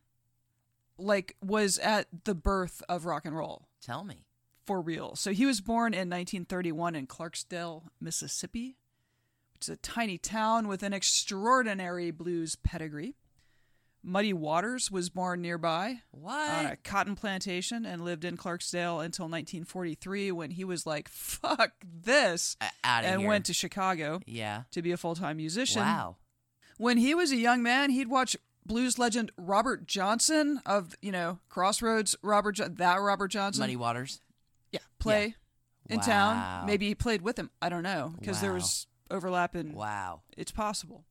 like, was at the birth of rock and roll
Tell me.
for real. So he was born in 1931 in Clarksdale, Mississippi, which is a tiny town with an extraordinary blues pedigree. Muddy Waters was born nearby
What?
on a cotton plantation and lived in Clarksdale until 1943 when he was like, fuck this,
Out of
and
here.
went to Chicago
Yeah.
to be a full time musician.
Wow.
When he was a young man, he'd watch blues legend Robert Johnson of, you know, Crossroads, Robert jo- that Robert Johnson
Muddy Waters.
yeah, play in
Wow.
town. Maybe he played with him. I don't know because there
Wow.
was overlap and
Wow.
it's possible.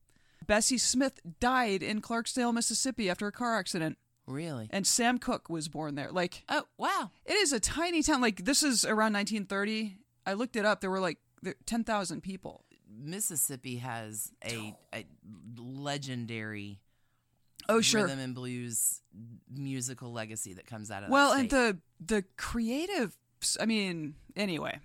Bessie Smith died in Clarksdale, Mississippi after a car accident,
Really?
and Sam Cooke was born there. Like
Oh wow.
it is a tiny town. Like this is around 1930. I looked it up. There were like there- 10,000 people.
Mississippi has a, a legendary
Oh sure.
rhythm and blues musical legacy that comes out of that
well,
state.
and the the creative. I mean, anyway,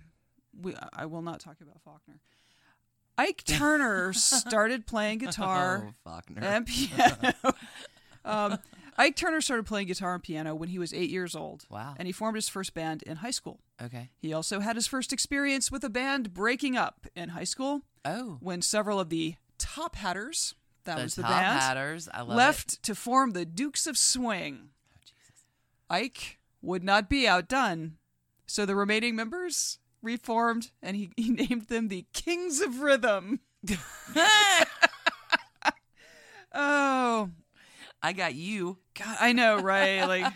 we I will not talk about Faulkner. Ike Turner started playing guitar
Oh, Faulkner.
and piano. um, Ike Turner started playing guitar and piano when he was eight years old.
Wow.
And he formed his first band in high school.
Okay.
He also had his first experience with a band breaking up in high school
Oh,
when several of the Top Hatters, that
the
was the
top
band,
hatters. I love it.
left to form the Dukes of Swing.
Oh, Jesus.
Ike would not be outdone, so the remaining members reformed and he, he named them the Kings of Rhythm. Oh,
I got you.
God, I know, right? Like,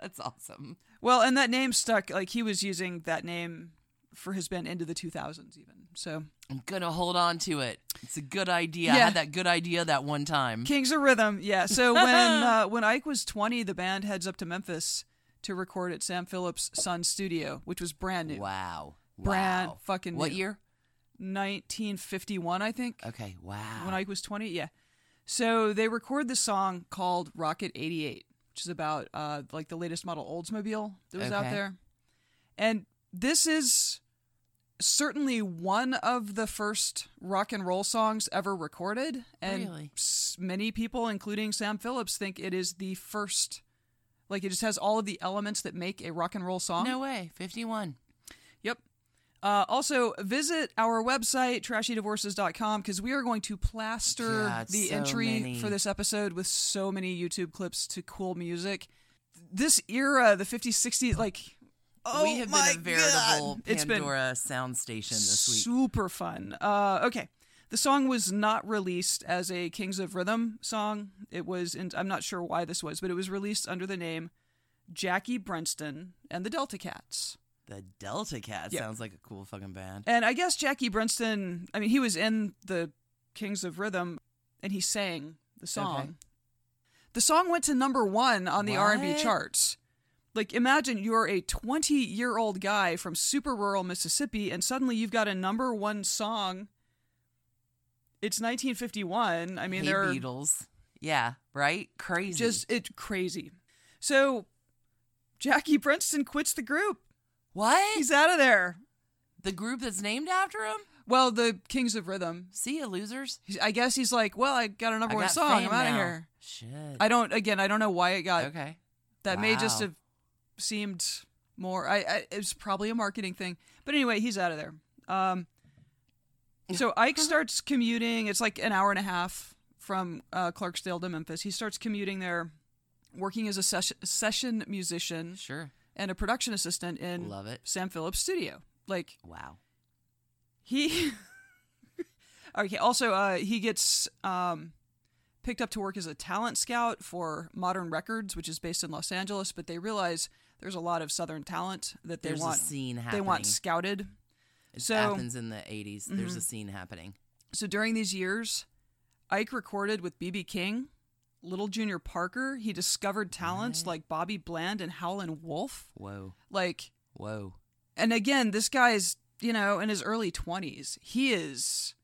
That's awesome.
well, and that name stuck. Like, he was using that name for his band into the 2000s, even. So,
I'm gonna hold on to it. It's a good idea. I
Yeah.
had that good idea that one time.
Kings of Rhythm. Yeah. So when uh, when Ike was 20, the band heads up to Memphis to record at Sam Phillips' son's studio, which was brand new.
Wow.
Brand
wow.
fucking
What
new.
year?
1951, I think,
Okay. Wow.
when Ike was 20. Yeah. So they record this song called Rocket 88, which is about uh, like the latest model Oldsmobile that was out
Okay.
there. And this is certainly one of the first rock and roll songs ever recorded and
Really?
s- many people including Sam Phillips think it is the first like it just has all of the elements that make a rock and roll song.
no way. Fifty-one.
Yep. Uh, also, visit our website, trashydivorces.com, because we are going to plaster
God,
the
so
entry
many.
for this episode with so many YouTube clips to cool music. This era, the 50s, 60s, like, oh
we have
my
been a veritable
God. It's been
Pandora sound station this week.
super fun. Uh, okay. The song was not released as a Kings of Rhythm song. It was, in, I'm not sure why this was, but it was released under the name Jackie Brunston and the Delta Cats.
The Delta Cat
Yeah.
sounds like a cool fucking band.
And I guess Jackie Brunston, I mean, he was in the Kings of Rhythm and he sang the song.
Okay.
The song went to number 1 on the R&B
What?
charts. Like imagine you're a 20-year-old guy from super rural Mississippi and suddenly you've got a number 1 song. It's 1951. I mean,
hey,
there are
Beatles. Yeah. Right. Crazy.
just it crazy. So Jackie Brunston quits the group.
what?
He's out of there.
the group that's named after him.
Well, the Kings of Rhythm,
See ya, losers.
He's- I guess he's like, well, I got a number
I
one
got
song.
fame
I'm out of
now.
here.
Shit.
I don't. Again, I don't know why it got.
okay.
That may just
Wow.
have seemed more. I, I it's probably a marketing thing. But anyway, he's out of there. Um, so Ike
Uh-huh.
starts commuting. It's like an hour and a half from uh, Clarksdale to Memphis. He starts commuting there, working as a sesh- session musician
Sure.
and a production assistant in
Love it.
Sam Phillips' studio. Like
Wow.
he okay. Also, uh, he gets um, picked up to work as a talent scout for Modern Records, which is based in Los Angeles. But they realize there's a lot of Southern talent that they
There's
want.
a scene
they
happening.
want scouted.
It's
so-
Athens in the 80s. There's a scene happening.
So during these years, Ike recorded with BB King, Little Junior Parker. He discovered talents like Bobby Bland and Howlin' Wolf.
Whoa.
Like,
Whoa.
and again, this guy's you know in his early twenties. He is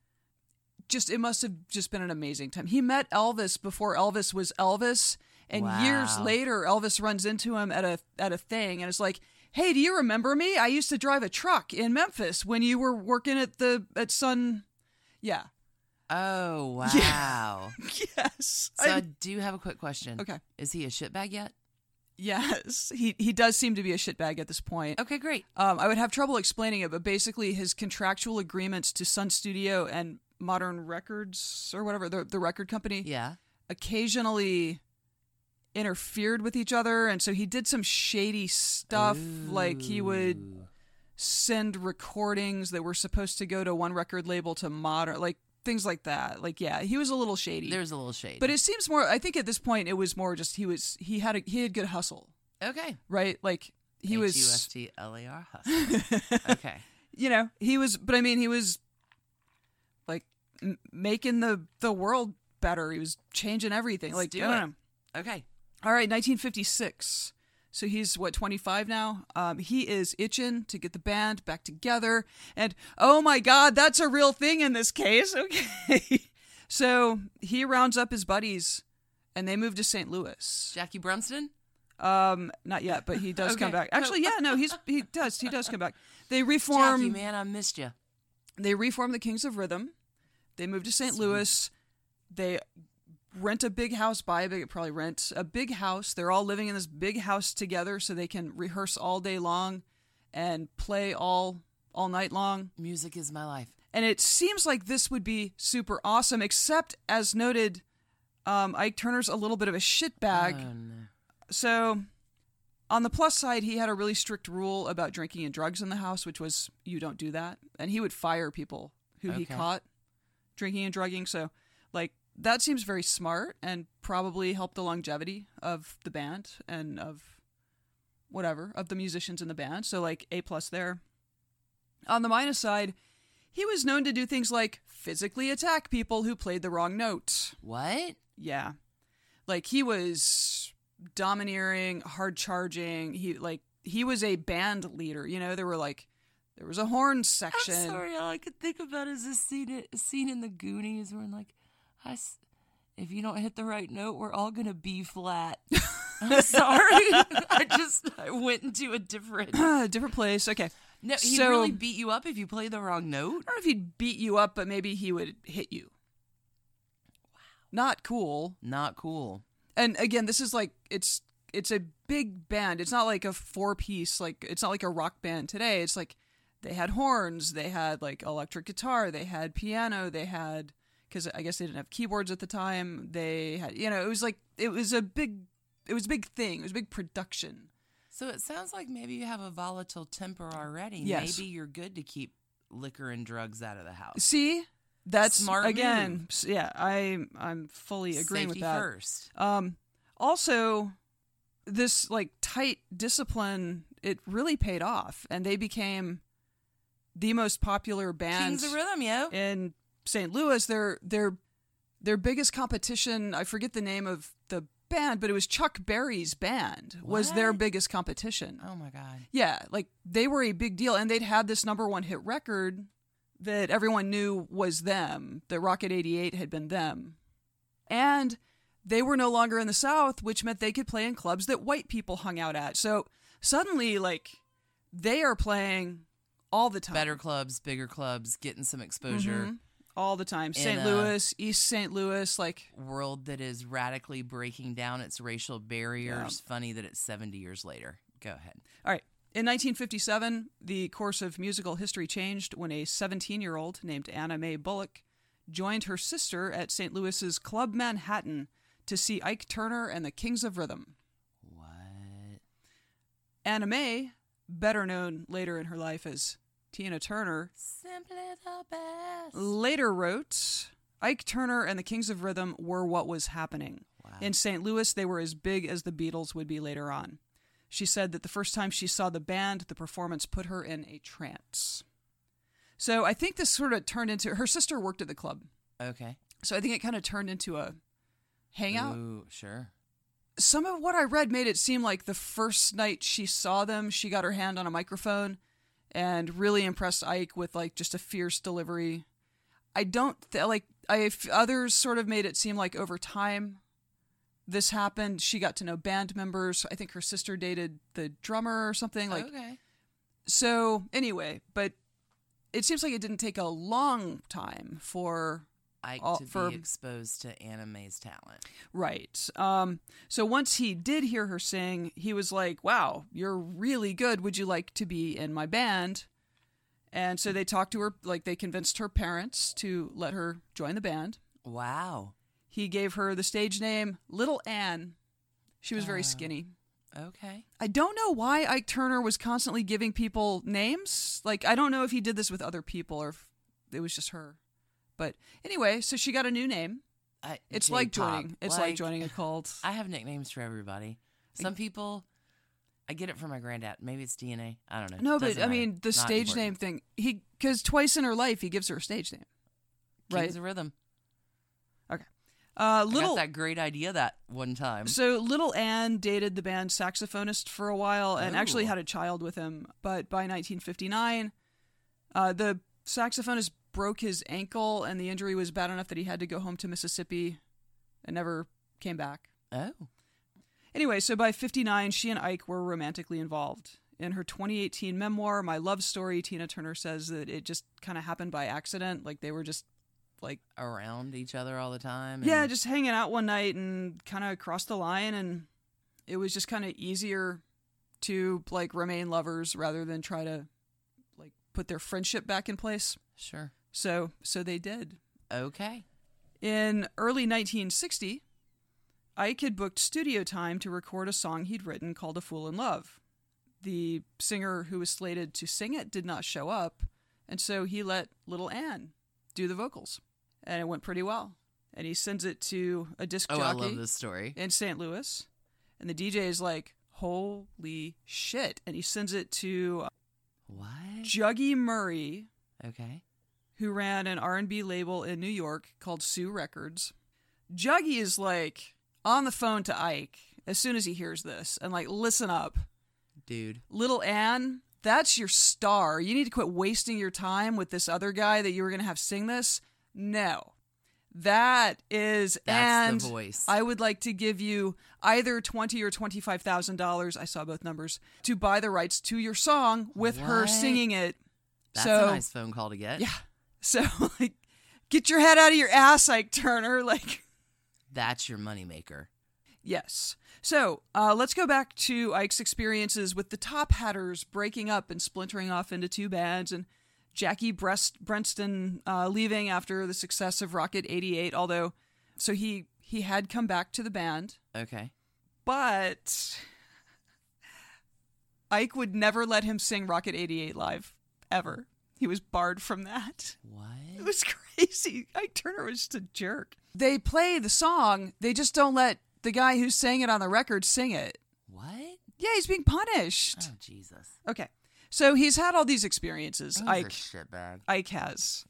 just it must have just been an amazing time. He met Elvis before Elvis was Elvis, and years
Wow.
later, Elvis runs into him at a at a thing, and it's like. Hey, do you remember me? I used to drive a truck in Memphis when you were working at the at Sun. Yeah.
Oh, wow.
Yes.
So I,
I-
do have a quick question.
Okay.
Is he a shitbag yet?
yes. He he does seem to be a shitbag at this point.
Okay, great.
Um, I would have trouble explaining it, but basically his contractual agreements to Sun Studio and Modern Records or whatever the the record company
Yeah.
occasionally interfered with each other, and so he did some shady stuff. Like he would
Ooh.
send recordings that were supposed to go to one record label to Modern, like things like that. Like yeah, he was a little shady.
There's a little shade.
but it seems more. I think at this point it was more just he was he had a, he had good hustle,
okay.
right? Like he was
H-U-S-T-L-A-R E hustle. okay.
you know, he was, but I mean, he was like m- making the the world better. He was changing everything.
Let's
Like,
do
I don't
it.
know.
Okay.
All right, 1956. So he's what 25 now. Um, he is itching to get the band back together, and oh my God, that's a real thing in this case. Okay, so he rounds up his buddies, and they move to St. Louis.
Jackie Brunston?
Um, not yet, but he does
Okay.
come back. Actually, yeah, no, he's he does he does come back. They reform
Jackie, man, I missed you.
they reformed the Kings of Rhythm. They moved to St. Louis. They rent a big house, buy a big, probably rent a big house. They're all living in this big house together so they can rehearse all day long and play all all night long.
Music is my life.
And it seems like this would be super awesome, except as noted, um, Ike Turner's a little bit of a shitbag.
Oh, no.
So, on the plus side, he had a really strict rule about drinking and drugs in the house, which was you don't do that. And he would fire people who he
Okay.
caught drinking and drugging. So, like, that seems very smart and probably helped the longevity of the band and of whatever, of the musicians in the band. So, like, A plus there. On the minus side, he was known to do things like physically attack people who played the wrong note.
What?
Yeah. Like he was domineering, hard charging. He like he was a band leader, you know, there were like there was a horn section.
I'm sorry. All I could think about is this scene, scene in the Goonies where, like, I s if you don't hit the right note, we're all gonna be flat. I'm sorry. I just I went into a different.
Different place. Okay.
No, he
So-
really beat you up if you play the wrong note.
I don't know if he'd beat you up, but maybe he would hit you. Not cool.
Not cool.
And again, this is like it's it's a big band. It's not like a four piece like it's not like a rock band today. It's like they had horns, they had like electric guitar, they had piano, they had cuz I guess they didn't have keyboards at the time. They had you know, it was like it was a big it was a big thing. It was a big production.
So it sounds like maybe you have a volatile temper already.
Yes.
Maybe you're good to keep liquor and drugs out of the house.
See? That's
Smart
again.
move.
s- Yeah, I I'm fully agreeing
Safety
with that.
first.
Um, also, this like tight discipline it really paid off, and they became the most popular band
Kings of Rhythm, yo.
in St. Louis. Their their their biggest competition I forget the name of the band, but it was Chuck Berry's band was their
What?
biggest competition.
Oh my God.
Yeah, like they were a big deal, and they'd had this number one hit record that everyone knew was them. That Rocket 88 had been them. And they were no longer in the South, which meant they could play in clubs that white people hung out at. So suddenly, like, they are playing all the time.
Better clubs, bigger clubs, getting some exposure.
Mhm. All the time. St.
uh,
Louis, East St. Louis, like,
World that is radically breaking down its racial barriers. Funny that it's 70 years later. Go ahead.
All right. In 1957, the course of musical history changed when a 17 year old named Anna Mae Bullock joined her sister at St. Louis's Club Manhattan to see Ike Turner and the Kings of Rhythm.
What?
Anna Mae, better known later in her life as Tina Turner,
Simply the best.
later wrote Ike Turner and the Kings of Rhythm were what was happening.
Wow.
In St. Louis, they were as big as the Beatles would be later on. She said that the first time she saw the band, the performance put her in a trance. So I think this sort of turned into her sister worked at the club.
okay.
So I think it kind of turned into a hangout.
Ooh, sure.
Some of what I read made it seem like the first night she saw them, she got her hand on a microphone and really impressed Ike with like just a fierce delivery. I don't th- like I if others sort of made it seem like over time this happened. She got to know band members. I think her sister dated the drummer or something like
okay.
so anyway, but it seems like it didn't take a long time for
Ike
all-
to
for-
be exposed to anime's talent.
Right. Um, so once he did hear her sing, he was like, wow, you're really good. Would you like to be in my band? And so they talked to her, like, they convinced her parents to let her join the band.
Wow.
He gave her the stage name Little Anne. She was very skinny.
Okay.
I don't know why Ike Turner was constantly giving people names. Like, I don't know if he did this with other people or if it was just her. But anyway, so she got a new name.
I,
It's like
J-pop.
joining. It's like, joining a cult.
I have nicknames for everybody. Some people, I get it from my granddad. Maybe it's DNA. I don't know.
No, but
Doesn't
I
matter.
mean the
Not
stage
important.
name thing. He because twice in her life he gives her a stage name.
Kings
Right.
of Rhythm.
Uh,
I got
little
that great idea that one time.
so little Anne dated the band's saxophonist for a while and actually
Ooh.
had a child with him. But by 1959, uh, the saxophonist broke his ankle and the injury was bad enough that he had to go home to Mississippi and never came back.
Oh,
Anyway, so by 59, she and Ike were romantically involved. In her 2018 memoir, My Love Story, Tina Turner says that it just kind of happened by accident. Like they were just like
around each other all the time.
yeah,
and-
just hanging out one night and kind of crossed the line, and it was just kind of easier to like remain lovers rather than try to like put their friendship back in place.
sure.
So so they did.
Okay.
In early 1960, Ike had booked studio time to record a song he'd written called A Fool in Love. The singer who was slated to sing it did not show up, and so he let Little Ann do the vocals. And it went pretty well. And he sends it to a disc
Oh, I
jockey
love this story.
in St. Louis. And the DJ is like, holy shit. And he sends it to
What?
Juggy Murray,
Okay.
who ran an R&B label in New York called Sue Records. Juggy is like on the phone to Ike as soon as he hears this and like listen up.
Dude.
Little Ann, that's your star. You need to quit wasting your time with this other guy that you were going to have sing this. No. That is
That's
and
the voice.
I would like to give you either twenty or twenty five thousand dollars. I saw both numbers to buy the rights to your song with her
What?
singing it.
That's
so
a nice phone call to get.
yeah. So like get your head out of your ass, Ike Turner. Like
That's your moneymaker.
yes. So uh, let's go back to Ike's experiences with the Top Hatters breaking up and splintering off into two bands, and Jackie Brest- Brenston uh, leaving after the success of Rocket '88. Although, so he he had come back to the band,
Okay.
but Ike would never let him sing Rocket '88 live ever. He was barred from that. It
What?
was crazy. Ike Turner was just a jerk. They play the song, they just don't let the guy who sang it on the record sing it.
What?
Yeah, he's being punished.
Oh Jesus.
Okay. Oh, So he's had all these experiences.
He's a
Ike
shitbag.
Ike has.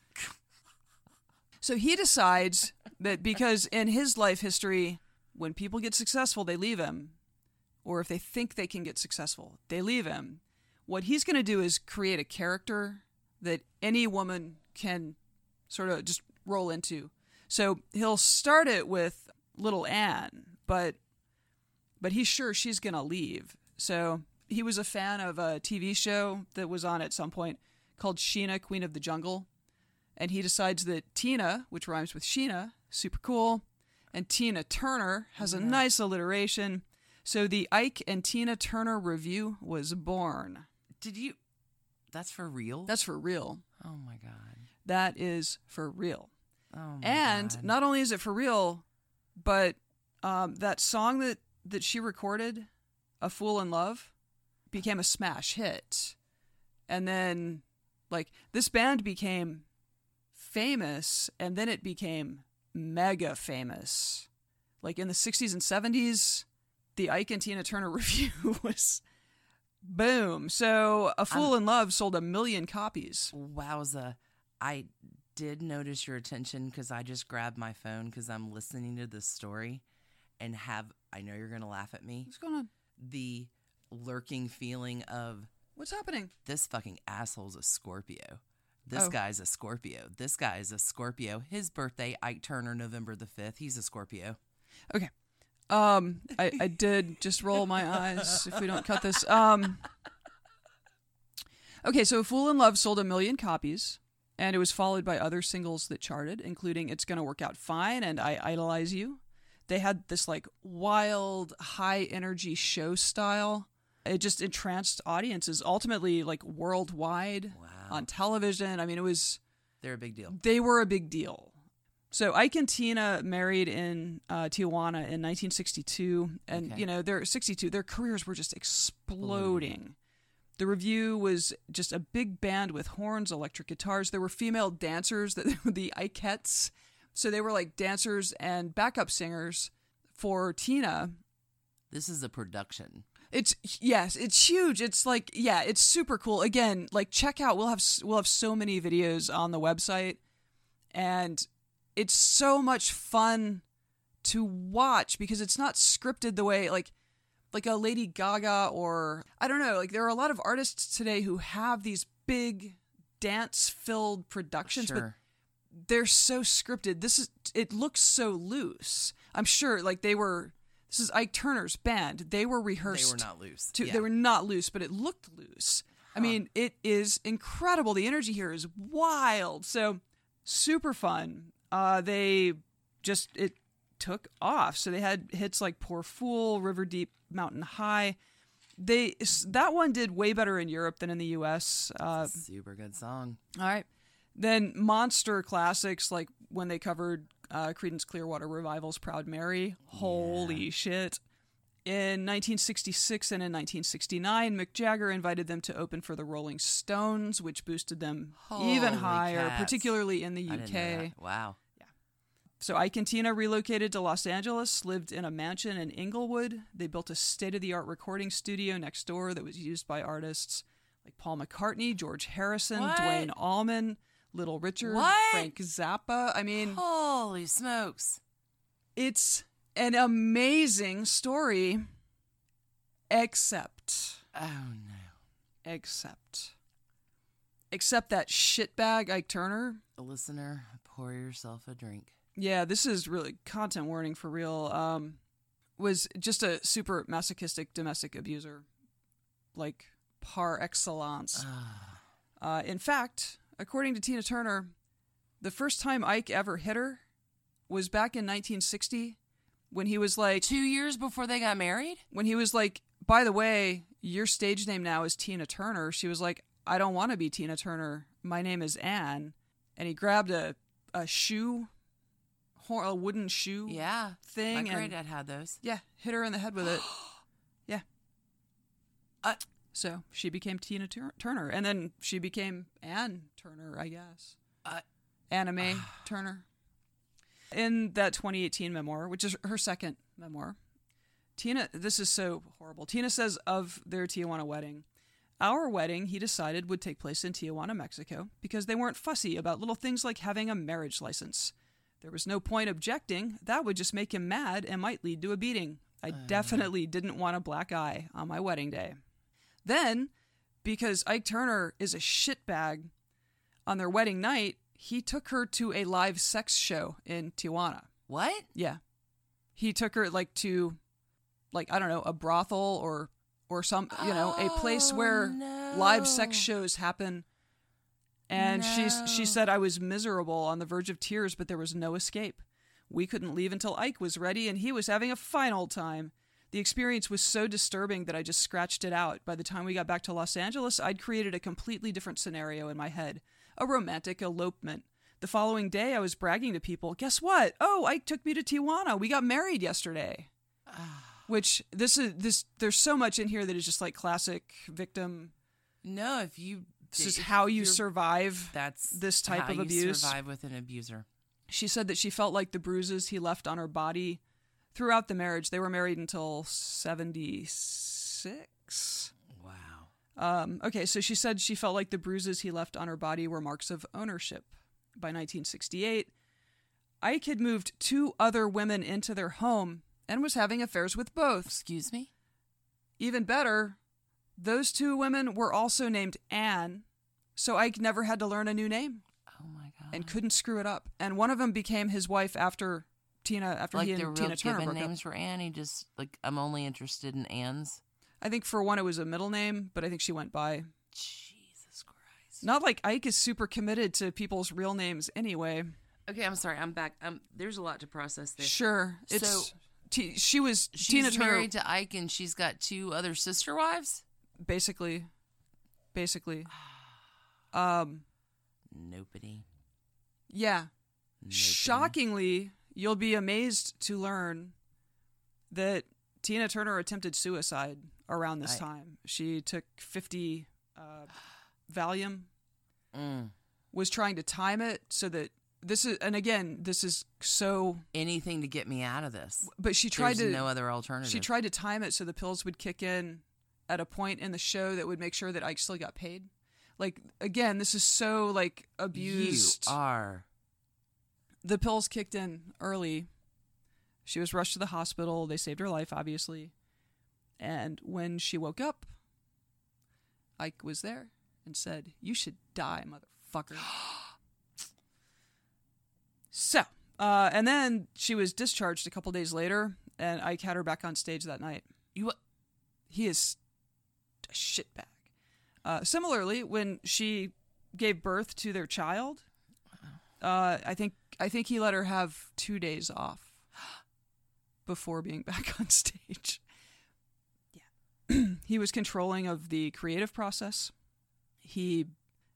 So he decides that because in his life history, when people get successful, they leave him. Or if they think they can get successful, they leave him. What he's going to do is create a character that any woman can sort of just roll into. So he'll start it with little Anne, but but he's sure she's going to leave. So he was a fan of a TV show that was on at some point called Sheena, Queen of the Jungle. And he decides that Tina, which rhymes with Sheena, super cool, and Tina Turner has a nice alliteration. So the Ike and Tina Turner review was born.
Did you? That's for real.
That's for real.
oh my god.
That is for real.
Oh my
and
God.
not only is it for real, but um, that song that that she recorded, "A Fool in Love," became a smash hit, and then like this band became famous, and then it became mega famous. Like in the '60s and '70s, the Ike and Tina Turner review was boom. So, "A Fool in Love" sold a million copies.
Wowza. I did notice your attention because I just grabbed my phone because I'm listening to this story and have, I know you're going to laugh at me,
What's going on?
the lurking feeling of
What's happening?
this fucking asshole's a Scorpio. This
Oh.
guy's a Scorpio. This guy is a Scorpio. His birthday, Ike Turner, November the 5th. He's a Scorpio.
Okay. Um, I, I did just roll my eyes if we don't cut this. Um, okay, so Fool in Love sold a million copies, and it was followed by other singles that charted, including It's Gonna Work Out Fine and I Idolize You. They had this like wild, high energy show style. It just entranced audiences, ultimately, like worldwide
Wow.
on television. I mean, it was
They're a big deal.
they were a big deal. So Ike and Tina married in uh, Tijuana in 1962, and
Okay.
you know they're 62. Their careers were just exploding. The review was just a big band with horns, electric guitars. There were female dancers that the Ikeettes, so they were like dancers and backup singers for Tina.
This is a production.
It's yes, it's huge. It's like yeah, it's super cool. Again, like check out. We'll have s- we'll have so many videos on the website, and it's so much fun to watch because it's not scripted the way like like a Lady Gaga or I don't know. Like there are a lot of artists today who have these big dance filled productions, but
Sure.
they're so scripted. This is it looks so loose. I'm sure like they were this is Ike Turner's band. They were rehearsed.
They were not loose.
to-
Yeah.
They were not loose, but it looked loose. I mean, it is incredible. The energy here is wild. So super fun. uh, they just it took off. So they had hits like "Poor Fool," "River Deep," "Mountain High." They s- that one did way better in Europe than in the U.S. Uh,
Super good song.
all right, then monster classics like when they covered uh, Creedence Clearwater Revival's "Proud Mary." Holy shit! In 1966 and in 1969, Mick Jagger invited them to open for the Rolling Stones, which boosted them even
Holy
higher,
cats.
particularly in the
I
UK.
didn't know that. Wow.
So Icantina relocated to Los Angeles, lived in a mansion in Inglewood. They built a state of the art recording studio next door that was used by artists like Paul McCartney, George Harrison,
What?
Dwayne Allman, Little Richard,
What?
Frank Zappa. I mean,
Holy smokes.
it's an amazing story. Except,
Oh no.
except, except that shitbag Ike Turner.
listener, pour yourself a drink.
Yeah, this is really content warning for real. Um, was just a super masochistic domestic abuser, like par
Uh-huh.
excellence.
Ah.
Uh, in fact, according to Tina Turner, the first time Ike ever hit her was back in 1960 when he was like,
Two years before they got married?
when he was like, by the way, your stage name now is Tina Turner. She was like, I don't want to be Tina Turner. My name is Anne. And he grabbed a, a shoe, hor- a wooden shoe
Yeah.
thing.
My
and,
granddad had those.
yeah, hit her in the head with it. yeah.
Uh,
So she became Tina Tur- Turner. And then she became Anne Turner, I guess.
uh,
Anime Turner. In that 2018 memoir, which is her second memoir, Tina, this is so horrible. Tina says of their Tijuana wedding, our wedding, he decided, would take place in Tijuana, Mexico, because they weren't fussy about little things like having a marriage license. There was no point objecting. That would just make him mad and might lead to a beating. I definitely didn't want a black eye on my wedding day. Then, because Ike Turner is a shitbag, on their wedding night, he took her to a live sex show in Tijuana.
what?
Yeah. He took her like to like I don't know, a brothel or or some, you know, a place
Oh,
where live sex
no.
shows happen. And she's she
No.
said I was miserable on the verge of tears, but there was no escape. We couldn't leave until Ike was ready and he was having a fine old time. The experience was so disturbing that I just scratched it out. By the time we got back to Los Angeles, I'd created a completely different scenario in my head a romantic elopement. The following day, I was bragging to people, guess what? Oh, Ike took me to Tijuana. We got married yesterday.
Ah.
Which this is this there's so much in here that is just like classic victim.
No, if you
This is
if
how you
you're-
survive
that's
this type
how
of
you
abuse.
survive with an abuser.
She said that she felt like the bruises he left on her body throughout the marriage. They were married until 76.
Wow.
Um, okay, so she said she felt like the bruises he left on her body were marks of ownership. By 1968, Ike had moved two other women into their home and was having affairs with both.
Excuse me?
Even better, those two women were also named Anne, so Ike never had to learn a new name
Oh my god.
and couldn't screw it up. And one of them became his wife after Tina after
like
he
the
and
real
Tina Turner
given
broke up.
names for Annie, just like I'm only interested in Anne's.
I think for one it was a middle name, but I think she went by
Jesus Christ.
Not like Ike is super committed to people's real names anyway.
Okay, I'm sorry. I'm back. Um, there's a lot to process there.
Sure. It's
So-
T- she was
She's
Tina Turner
married to Ike, and she's got two other sister wives.
basically basically um
Nobody.
yeah.
Nobody.
Shockingly, you'll be amazed to learn that Tina Turner attempted suicide around this
I-
time. She took 50 uh, Valium
Mm.
was trying to time it so that this is and again, this is so
Anything to get me out of this.
but she tried
There's
to
no other alternative.
She tried to time it so the pills would kick in at a point in the show that would make sure that Ike still got paid. Like again, this is so like abused.
You are.
the pills kicked in early. She was rushed to the hospital. They saved her life, obviously. And when she woke up, Ike was there and said, "You should die, motherfucker." so, uh, and then she was discharged a couple days later, and Ike had her back on stage that night
You.
he is a shitbag. Uh, similarly, when she gave birth to their child, Uh, I think I think he let her have two days off before being back on stage. Yeah, he was controlling of the creative process. He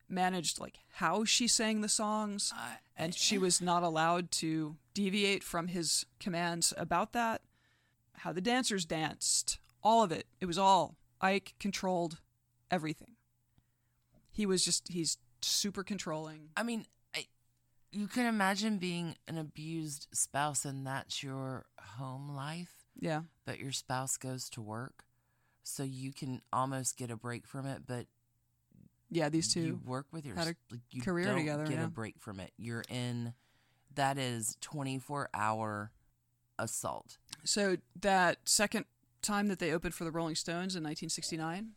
managed like how she sang the songs,
I-
and she was not allowed to deviate from his commands about that. How the dancers danced, all of it. It was all Ike controlled everything. He was just he's super controlling.
I mean, I, you can imagine being an abused spouse and that's your home life,
Yeah.
but your spouse goes to work. So you can almost get a break from it, but
Yeah, these two.
you work with your
had a
s- like, you
career
don't
together,
Get
yeah.
a break from it. You're in that is 24 hour assault.
So that second time that they opened for the Rolling Stones in 1969,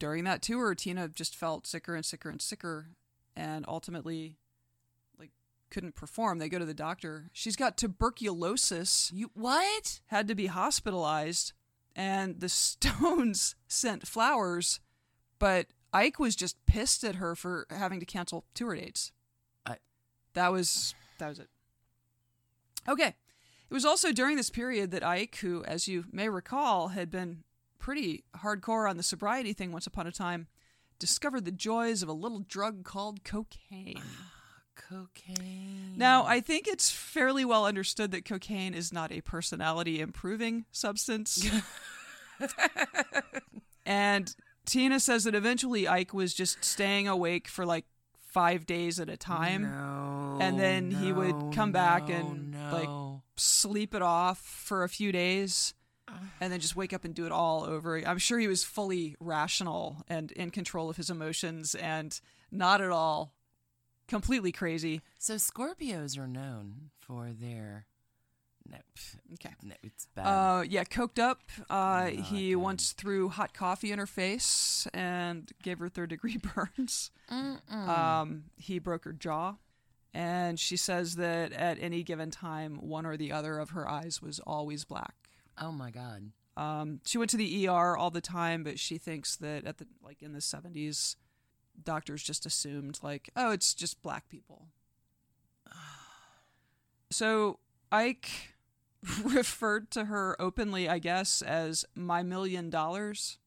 during that tour, Tina just felt sicker and sicker and sicker, and ultimately, like, couldn't perform. They go to the doctor. She's got tuberculosis,
You what?
had to be hospitalized, and the Stones sent flowers, but Ike was just pissed at her for having to cancel tour dates.
I-
That was that was it. Okay. It was also during this period that Ike, who, as you may recall, had been pretty hardcore on the sobriety thing once upon a time, discovered the joys of a little drug called cocaine.
Cocaine.
Now, I think it's fairly well understood that cocaine is not a personality improving substance. and Tina says that eventually Ike was just staying awake for like five days at a time.
No,
and then he would
no,
come back
no,
and, like,
no.
sleep it off for a few days and then just wake up and do it all over. I'm sure he was fully rational and in control of his emotions and not at all completely crazy.
So Scorpios are known for their no, pff,
Okay.
no it's bad. Oh,
Uh, yeah, coked up. Uh,
No, I
he
couldn't.
once threw hot coffee in her face and gave her third degree burns. Um, he broke her jaw. And she says that at any given time, one or the other of her eyes was always black.
oh my god.
Um, she went to the ER all the time, but she thinks that at the like in the seventies, doctors just assumed like, oh, it's just black people. So Ike referred to her openly, I guess, as my million dollars,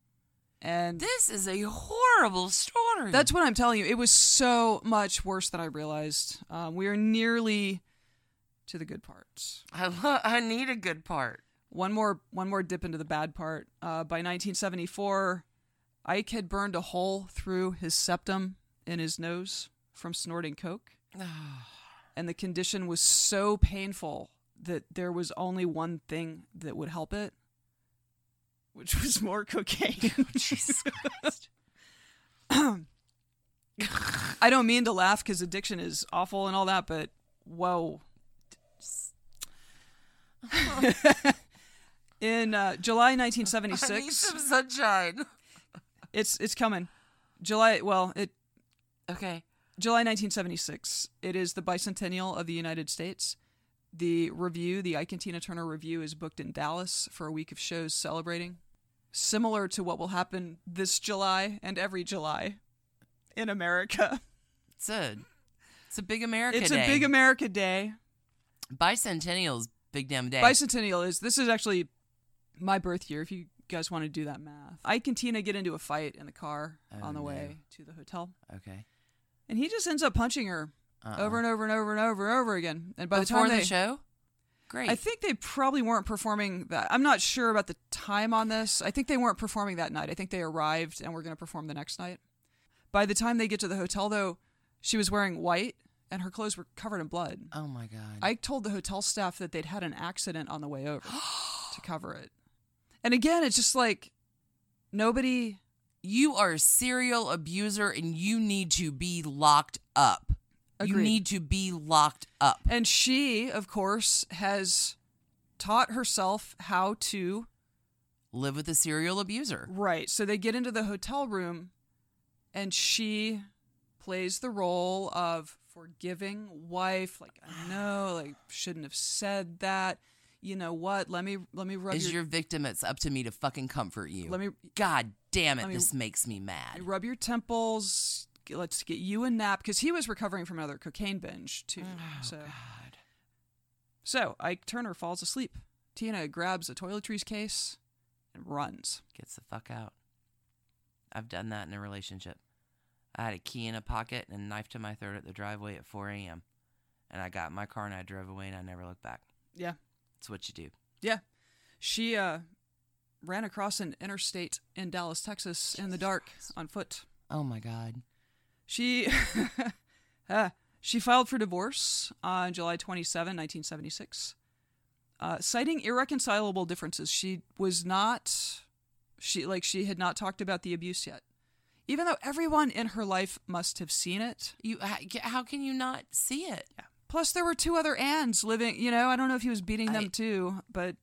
and
This is a horrible story.
that's what I'm telling you. It was so much worse than I realized. Um, we are nearly to the good parts.
I lo- I need a good part.
one more one more dip into the bad part. Uh, by 1974, Ike had burned a hole through his septum in his nose from snorting coke, and the condition was so painful that there was only one thing that would help it, which was more cocaine.
Oh, Jesus Christ.
I don't mean to laugh because addiction is awful and all that, but whoa. In uh, July
I need
1976,
some sunshine.
it's it's coming. July, well, it
Okay.
July 1976. It is the bicentennial of the United States. The review, the Ike and Tina Turner review, is booked in Dallas for a week of shows celebrating, similar to what will happen this July and every July in America.
It's a it's a big America
it's
day.
a big America Day.
bicentennial's big damn day.
Bicentennial is this is actually my birth year. If you guys want to do that math, Ike and Tina get into a fight in the car
Oh,
on the
no.
way to the hotel,
okay.
and he just ends up punching her
Uh-uh.
over and over and over and over and over again. And by the
before
time they
the show. Great.
I think they probably weren't performing that. I'm not sure about the time on this. I think they weren't performing that night. I think they arrived and were going to perform the next night. By the time they get to the hotel, though, she was wearing white and her clothes were covered in blood.
oh my god.
Ike told the hotel staff that they'd had an accident on the way over to cover it. And again, it's just like nobody.
you are a serial abuser and you need to be locked up. You
Agreed.
need to be locked up.
And she, of course, has taught herself how to
Live with a serial abuser.
Right. So they get into the hotel room and she plays the role of forgiving wife like I know like shouldn't have said that. You know what? Let me let me rub
As
your,
your victim, it's up to me to fucking comfort you.
let me
God damn it,
let me-
this makes me mad.
rub your temples, let's get you a nap because he was recovering from another cocaine binge too. so,
God.
so Ike Turner falls asleep. Tina grabs a toiletries case and runs.
Gets the fuck out. I've done that in a relationship. I had a key in a pocket and a knife to my throat at the driveway at 4 a.m. And I got in my car and I drove away and I never looked back.
Yeah,
It's what you do.
yeah. She uh, ran across an interstate in Dallas, Texas, in the dark on foot.
Oh my God.
She uh, she filed for divorce on July 27, 1976. Uh, citing irreconcilable differences, she was not she like she had not talked about the abuse yet. Even though everyone in her life must have seen it.
You, h- how can you not see it?
Plus there were two other Anns living, you know, I don't know if he was beating them
I-
too, but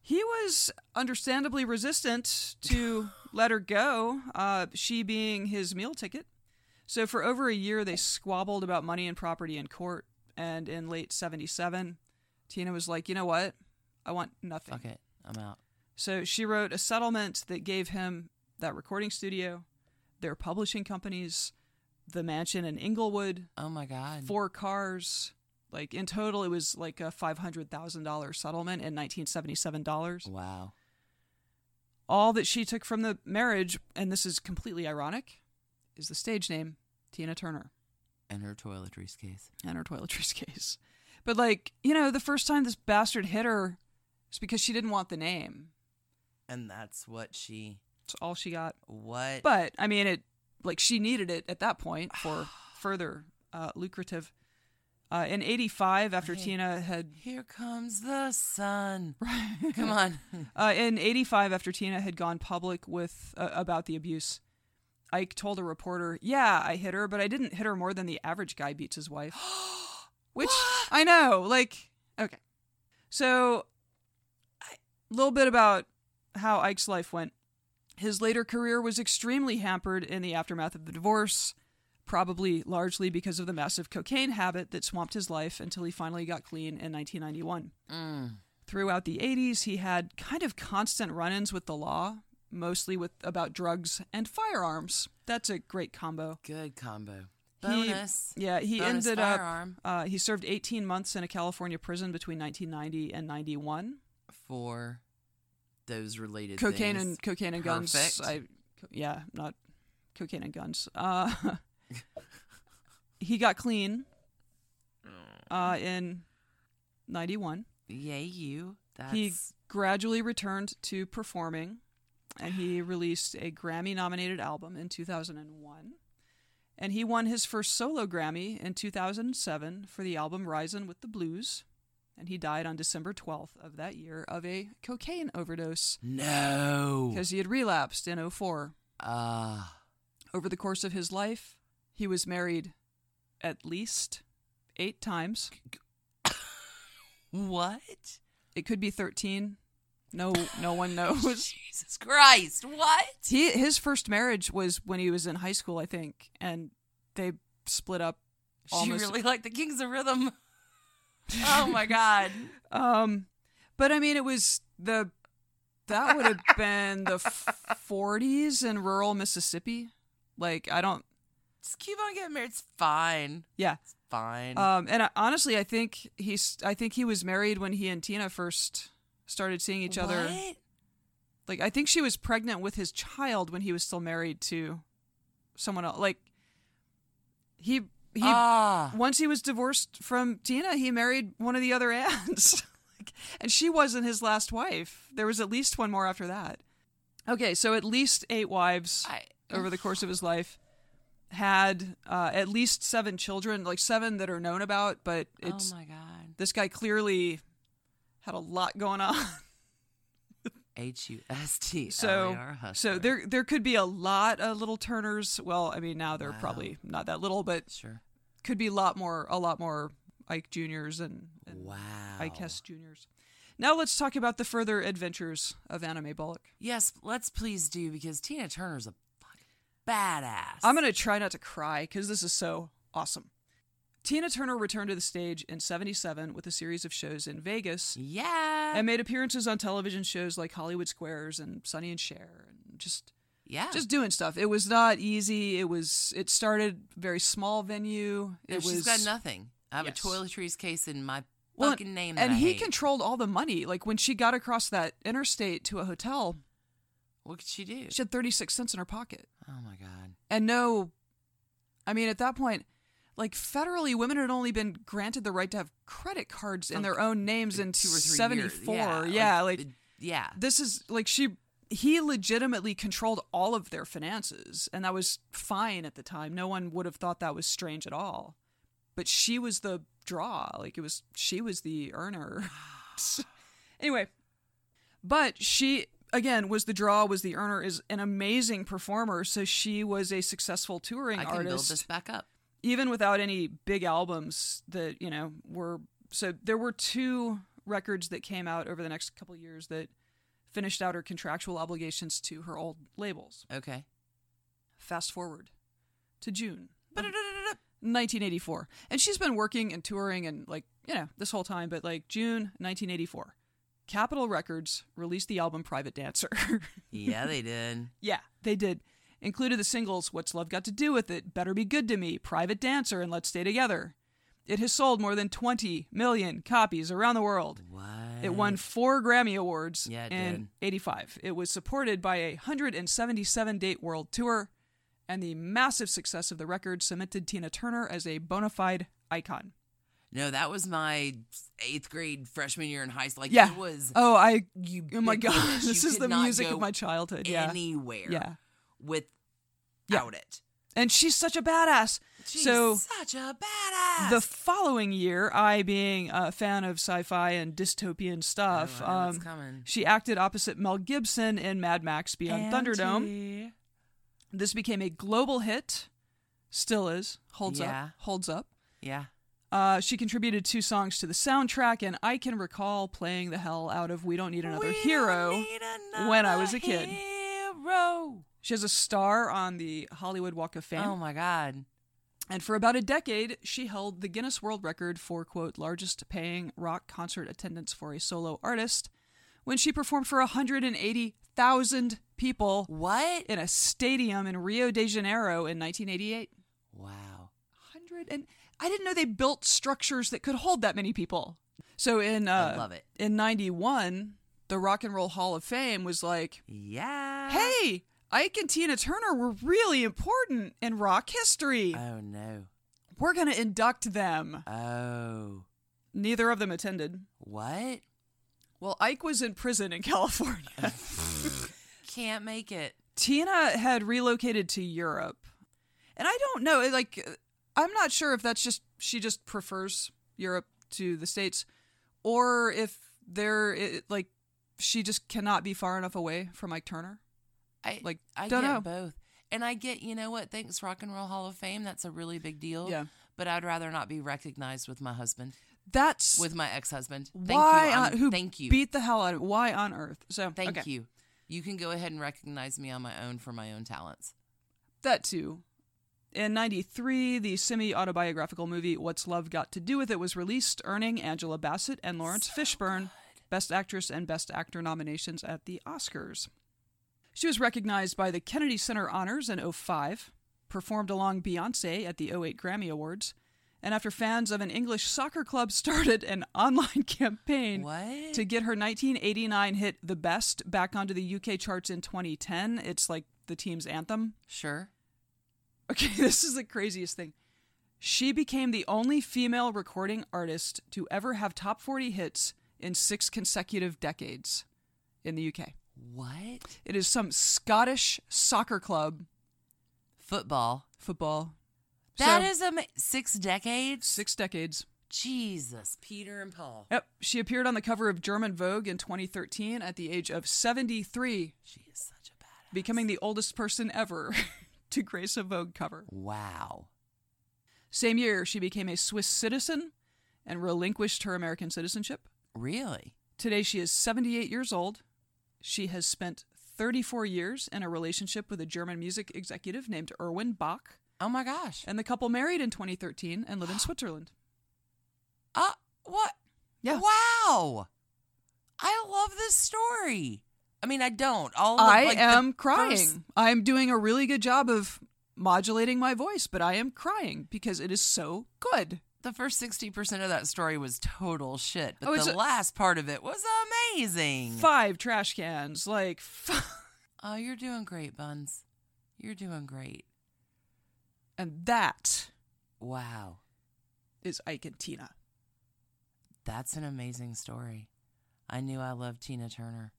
he was understandably resistant to let her go, uh, she being his meal ticket. So for over a year, they squabbled about money and property in court. And in late 77, Tina was like, you know what? I want nothing.
Fuck it. I'm out.
So she wrote a settlement that gave him that recording studio, their publishing companies, the mansion in Inglewood,
Oh my God.
four cars. Like in total, it was like a five hundred thousand dollar settlement in nineteen seventy seven dollars.
Wow.
All that she took from the marriage, and this is completely ironic, is the stage name Tina Turner
And her toiletries case.
and her toiletries case. But like you know, the first time this bastard hit her, it's because she didn't want the name.
And that's what she.
It's all she got.
What?
But I mean, it like she needed it at that point for further uh, lucrative. Uh, in eighty five, after
Hey.
Tina had
Here comes the sun. Come on.
Uh, in '85, after Tina had gone public with uh, about the abuse, Ike told a reporter, "Yeah, I hit her, but I didn't hit her more than the average guy beats his wife." Which I know, like, okay. So, a little bit about how Ike's life went. His later career was extremely hampered in the aftermath of the divorce, probably largely because of the massive cocaine habit that swamped his life until he finally got clean in 1991
Mm.
throughout the 80s he had kind of constant run-ins with the law mostly with about drugs and firearms that's a great combo
Good combo.
He-
Bonus.
yeah he
Bonus
ended
firearm.
up uh, he served 18 months in a california prison between 1990 and 91
for those related
cocaine
things.
and cocaine and guns
Perfect.
i co- yeah not cocaine and guns uh, he got clean uh, in 91
yay you. That's
He gradually returned to performing, and he released a Grammy-nominated album in 2001. And he won his first solo Grammy in 2007 for the album "Rising with the Blues." And he died on December 12th of that year of a cocaine overdose
no.
because he had relapsed in 04.
Ah,
Over the course of his life, he was married at least eight times.
what?
It could be 13. No, no one knows.
Jesus Christ! What?
he his first marriage was when he was in high school, I think, and they split up. Almost.
She really liked the Kings of Rhythm. oh my God!
Um, but I mean, it was the that would have been the forties in rural Mississippi. Like I don't,
Just keep on getting married. It's fine.
yeah.
It's fine.
Um, and I, honestly, I think he's I think he was married when he and Tina first started seeing each other.
What?
Like I think she was pregnant with his child when he was still married to someone else. Like he he
ah,
once he was divorced from Tina, he married one of the other aunts. Like, and she wasn't his last wife. There was at least one more after that. Okay, so at least eight wives
I-
over the course of his life had uh, at least seven children, like seven that are known about, but it's
oh my God.
this guy clearly had a lot going on.
H U S T L E
so
R.
so there there could be a lot of little Turners. Well, I mean now they're probably not that little, but
Sure.
could be a lot more a lot more Ike Juniors and, and
Wow.
I Ike's Juniors. Now let's talk about the further adventures of Anime Bullock.
Yes, let's please do because Tina Turner's a fucking badass.
I'm going to try not to cry because this is so awesome. Tina Turner returned to the stage in 77 with a series of shows in Vegas
Yeah.
and made appearances on television shows like Hollywood Squares and Sonny and Cher and just
Yeah.
just doing stuff. It was not easy. It was it started very small venue. It
No,
was
she's got nothing. I have
yes.
a toiletries case in my
Well,
fucking name. that
And
I
he
hate.
controlled all the money. Like when she got across that interstate to a hotel,
What could she do?
she had 36 cents in her pocket.
oh my god.
And no I mean at that point like federally women had only been granted the right to have credit cards in
Like,
their own names in
Like two or three
74.
Years.
Yeah, like,
it- yeah.
this is like she he legitimately controlled all of their finances and that was fine at the time no one would have thought that was strange at all but she was the draw like it was she was the earner anyway but she again was the draw was the earner is an amazing performer so she was a successful touring
I can
artist
build this back up.
even without any big albums that you know were so there were two records that came out over the next couple of years that finished out her contractual obligations to her old labels
Okay.
fast forward to june of 1984 and she's been working and touring and like you know this whole time but like june 1984 capitol records released the album private dancer
yeah, they did.
yeah they did included the singles What's Love Got to Do with It, Better Be Good to Me, Private Dancer, and Let's Stay Together. It has sold more than 20 million copies around the world.
What?
It won four Grammy Awards
Yeah, it
in
did.
85. It was supported by a 177 date world tour, and the massive success of the record cemented Tina Turner as a bona fide icon.
No, that was my eighth grade freshman year in high school. Like
yeah.
it was
oh, I.
you.
Oh my God.
ubiquitous.
This
You
is
could
the
not
music
go
of my childhood. Yeah.
Anywhere.
Yeah.
Without
Yeah.
it.
And she's such a badass.
She's
so
such a badass.
the following year, I being a fan of sci-fi and dystopian stuff,
Oh, I know it's
um,
coming.
she acted opposite Mel Gibson in Mad Max Beyond Thunderdome.
Angie.
This became a global hit, still is, holds
Yeah.
up, holds up.
Yeah.
Uh, she contributed two songs to the soundtrack, and I can recall playing the hell out of "We Don't Need Another
We
Hero."
don't need
when I
another
was a kid.
Hero.
She has a star on the Hollywood Walk of Fame,
Oh my god.
and for about a decade, she held the Guinness World Record for quote largest paying rock concert attendance for a solo artist when she performed for 180,000 people
What?
in a stadium in Rio de Janeiro in 1988.
Wow.
100 and I didn't know they built structures that could hold that many people. So in uh,
I love it.
in 91, the Rock and Roll Hall of Fame was like,
Yeah.
"Hey, Ike and Tina Turner were really important in rock history.
Oh no.
We're going to induct them."
Oh.
Neither of them attended.
What?
Well, Ike was in prison in California.
Can't make it.
Tina had relocated to Europe. And I don't know, like uh, I'm not sure if that's just she just prefers Europe to the states or if there it, like she just cannot be far enough away from Mike Turner.
I
Like,
I
don't
get
know.
both. And I get, you know what? Thanks Rock and Roll Hall of Fame. That's a really big deal.
Yeah.
But I'd rather not be recognized with my husband,
That's
with my ex-husband. Thank
why
you. I'm-
on, who
thank you.
beat the hell out of why on earth. So
Thank
okay.
you. You can go ahead and recognize me on my own for my own talents.
That too. In 93, the semi autobiographical movie What's Love Got to Do with It was released, earning Angela Bassett and Lawrence Fishburne Best Actress and Best Actor nominations at the Oscars. She was recognized by the Kennedy Center Honors in 05, performed along Beyonce at the 08 Grammy Awards, and after fans of an English soccer club started an online campaign
What?
to get her 1989 hit The Best back onto the UK charts in 2010, it's like the team's anthem.
Sure.
Okay, this is the craziest thing. She became the only female recording artist to ever have top 40 hits in six consecutive decades in the UK.
What?
It is some Scottish soccer club
Football.
football.
That
So,
is a six decades.
six decades.
Jesus, Peter and Paul.
Yep. She appeared on the cover of German Vogue in 2013 at the age of 73,
She is such a badass.
becoming the oldest person ever to grace a Vogue cover.
Wow.
Same year, she became a Swiss citizen and relinquished her American citizenship.
Really?
Today she is 78 years old. She has spent 34 years in a relationship with a German music executive named Erwin Bach,
Oh my gosh.
and the couple married in 2013 and live in Switzerland.
Uh, what?
Yeah.
Wow. I love this story. I mean, I don't. All of,
I
like, the
am crying.
first-
I'm doing a really good job of modulating my voice, but I am crying because it is so good.
the first sixty percent of that story was total shit, but
Oh, it's a-
the last part of it was amazing.
Five trash cans, like f-
oh, you're doing great, Buns. You're doing great.
and that
Wow,
is Ike and Tina.
that's an amazing story. I knew I loved Tina Turner.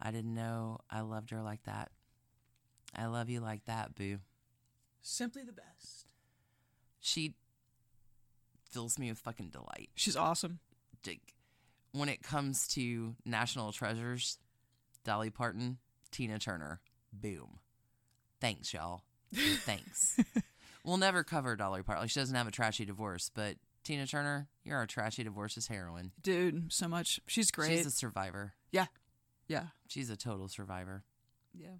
I didn't know I loved her like that. I love you like that, boo.
Simply the best.
She fills me with fucking delight.
She's awesome.
like when it comes to national treasures, Dolly Parton, Tina Turner, boom. Thanks, y'all. Thanks. we'll never cover Dolly Parton. Like, she doesn't have a trashy divorce, but Tina Turner, you're our trashy divorce's heroine.
Dude, so much. She's great.
She's a survivor.
yeah. Yeah.
She's a total survivor.
Yeah.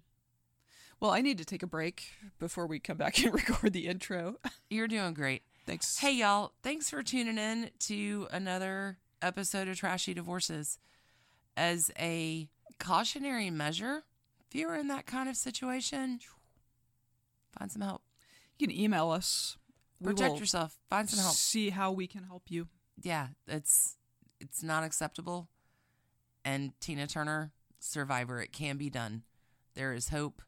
Well, I need to take a break before we come back and record the intro.
You're doing great.
Thanks.
Hey, y'all. Thanks for tuning in to another episode of Trashy Divorces. As a cautionary measure, if you're in that kind of situation, find some help.
you can email us. We
Protect
will
yourself. Find some help.
see how we can help you.
Yeah, it's it's not acceptable. And Tina Turner, survivor, it can be done. There is hope.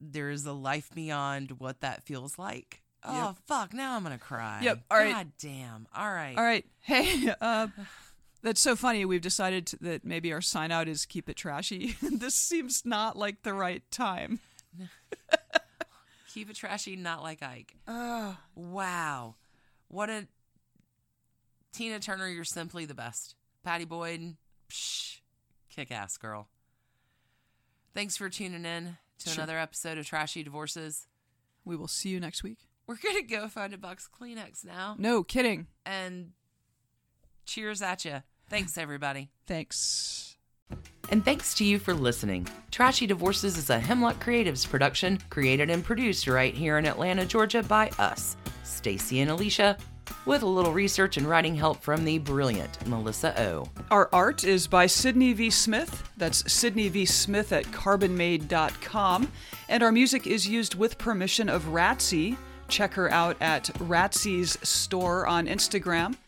There is a life beyond what that feels like. Oh fuck, now I'm gonna cry.
Yep, all right.
God damn. All right.
All right. Hey, uh, that's so funny. We've decided to- that maybe our sign out is keep it trashy. this seems not like the right time.
Keep it trashy, not like Ike.
Uh,
Wow. What a Tina Turner, you're simply the best. Patty Boyd, psh, kick ass girl. Thanks for tuning in to
Sure.
another episode of Trashy Divorces.
we will see you next week.
We're gonna go find a box of Kleenex now
No kidding.
and cheers at you. Thanks everybody.
Thanks.
And thanks to you for listening. Trashy Divorces is a Hemlock Creatives production, created and produced right here in Atlanta, Georgia by us, Stacy and Alicia, with a little research and writing help from the brilliant Melissa O.
Our art is by Sydney V. Smith. That's Sydney V. Smith at carbonmade.com. And our music is used with permission of Ratsy. Check her out at Ratsy's store on Instagram.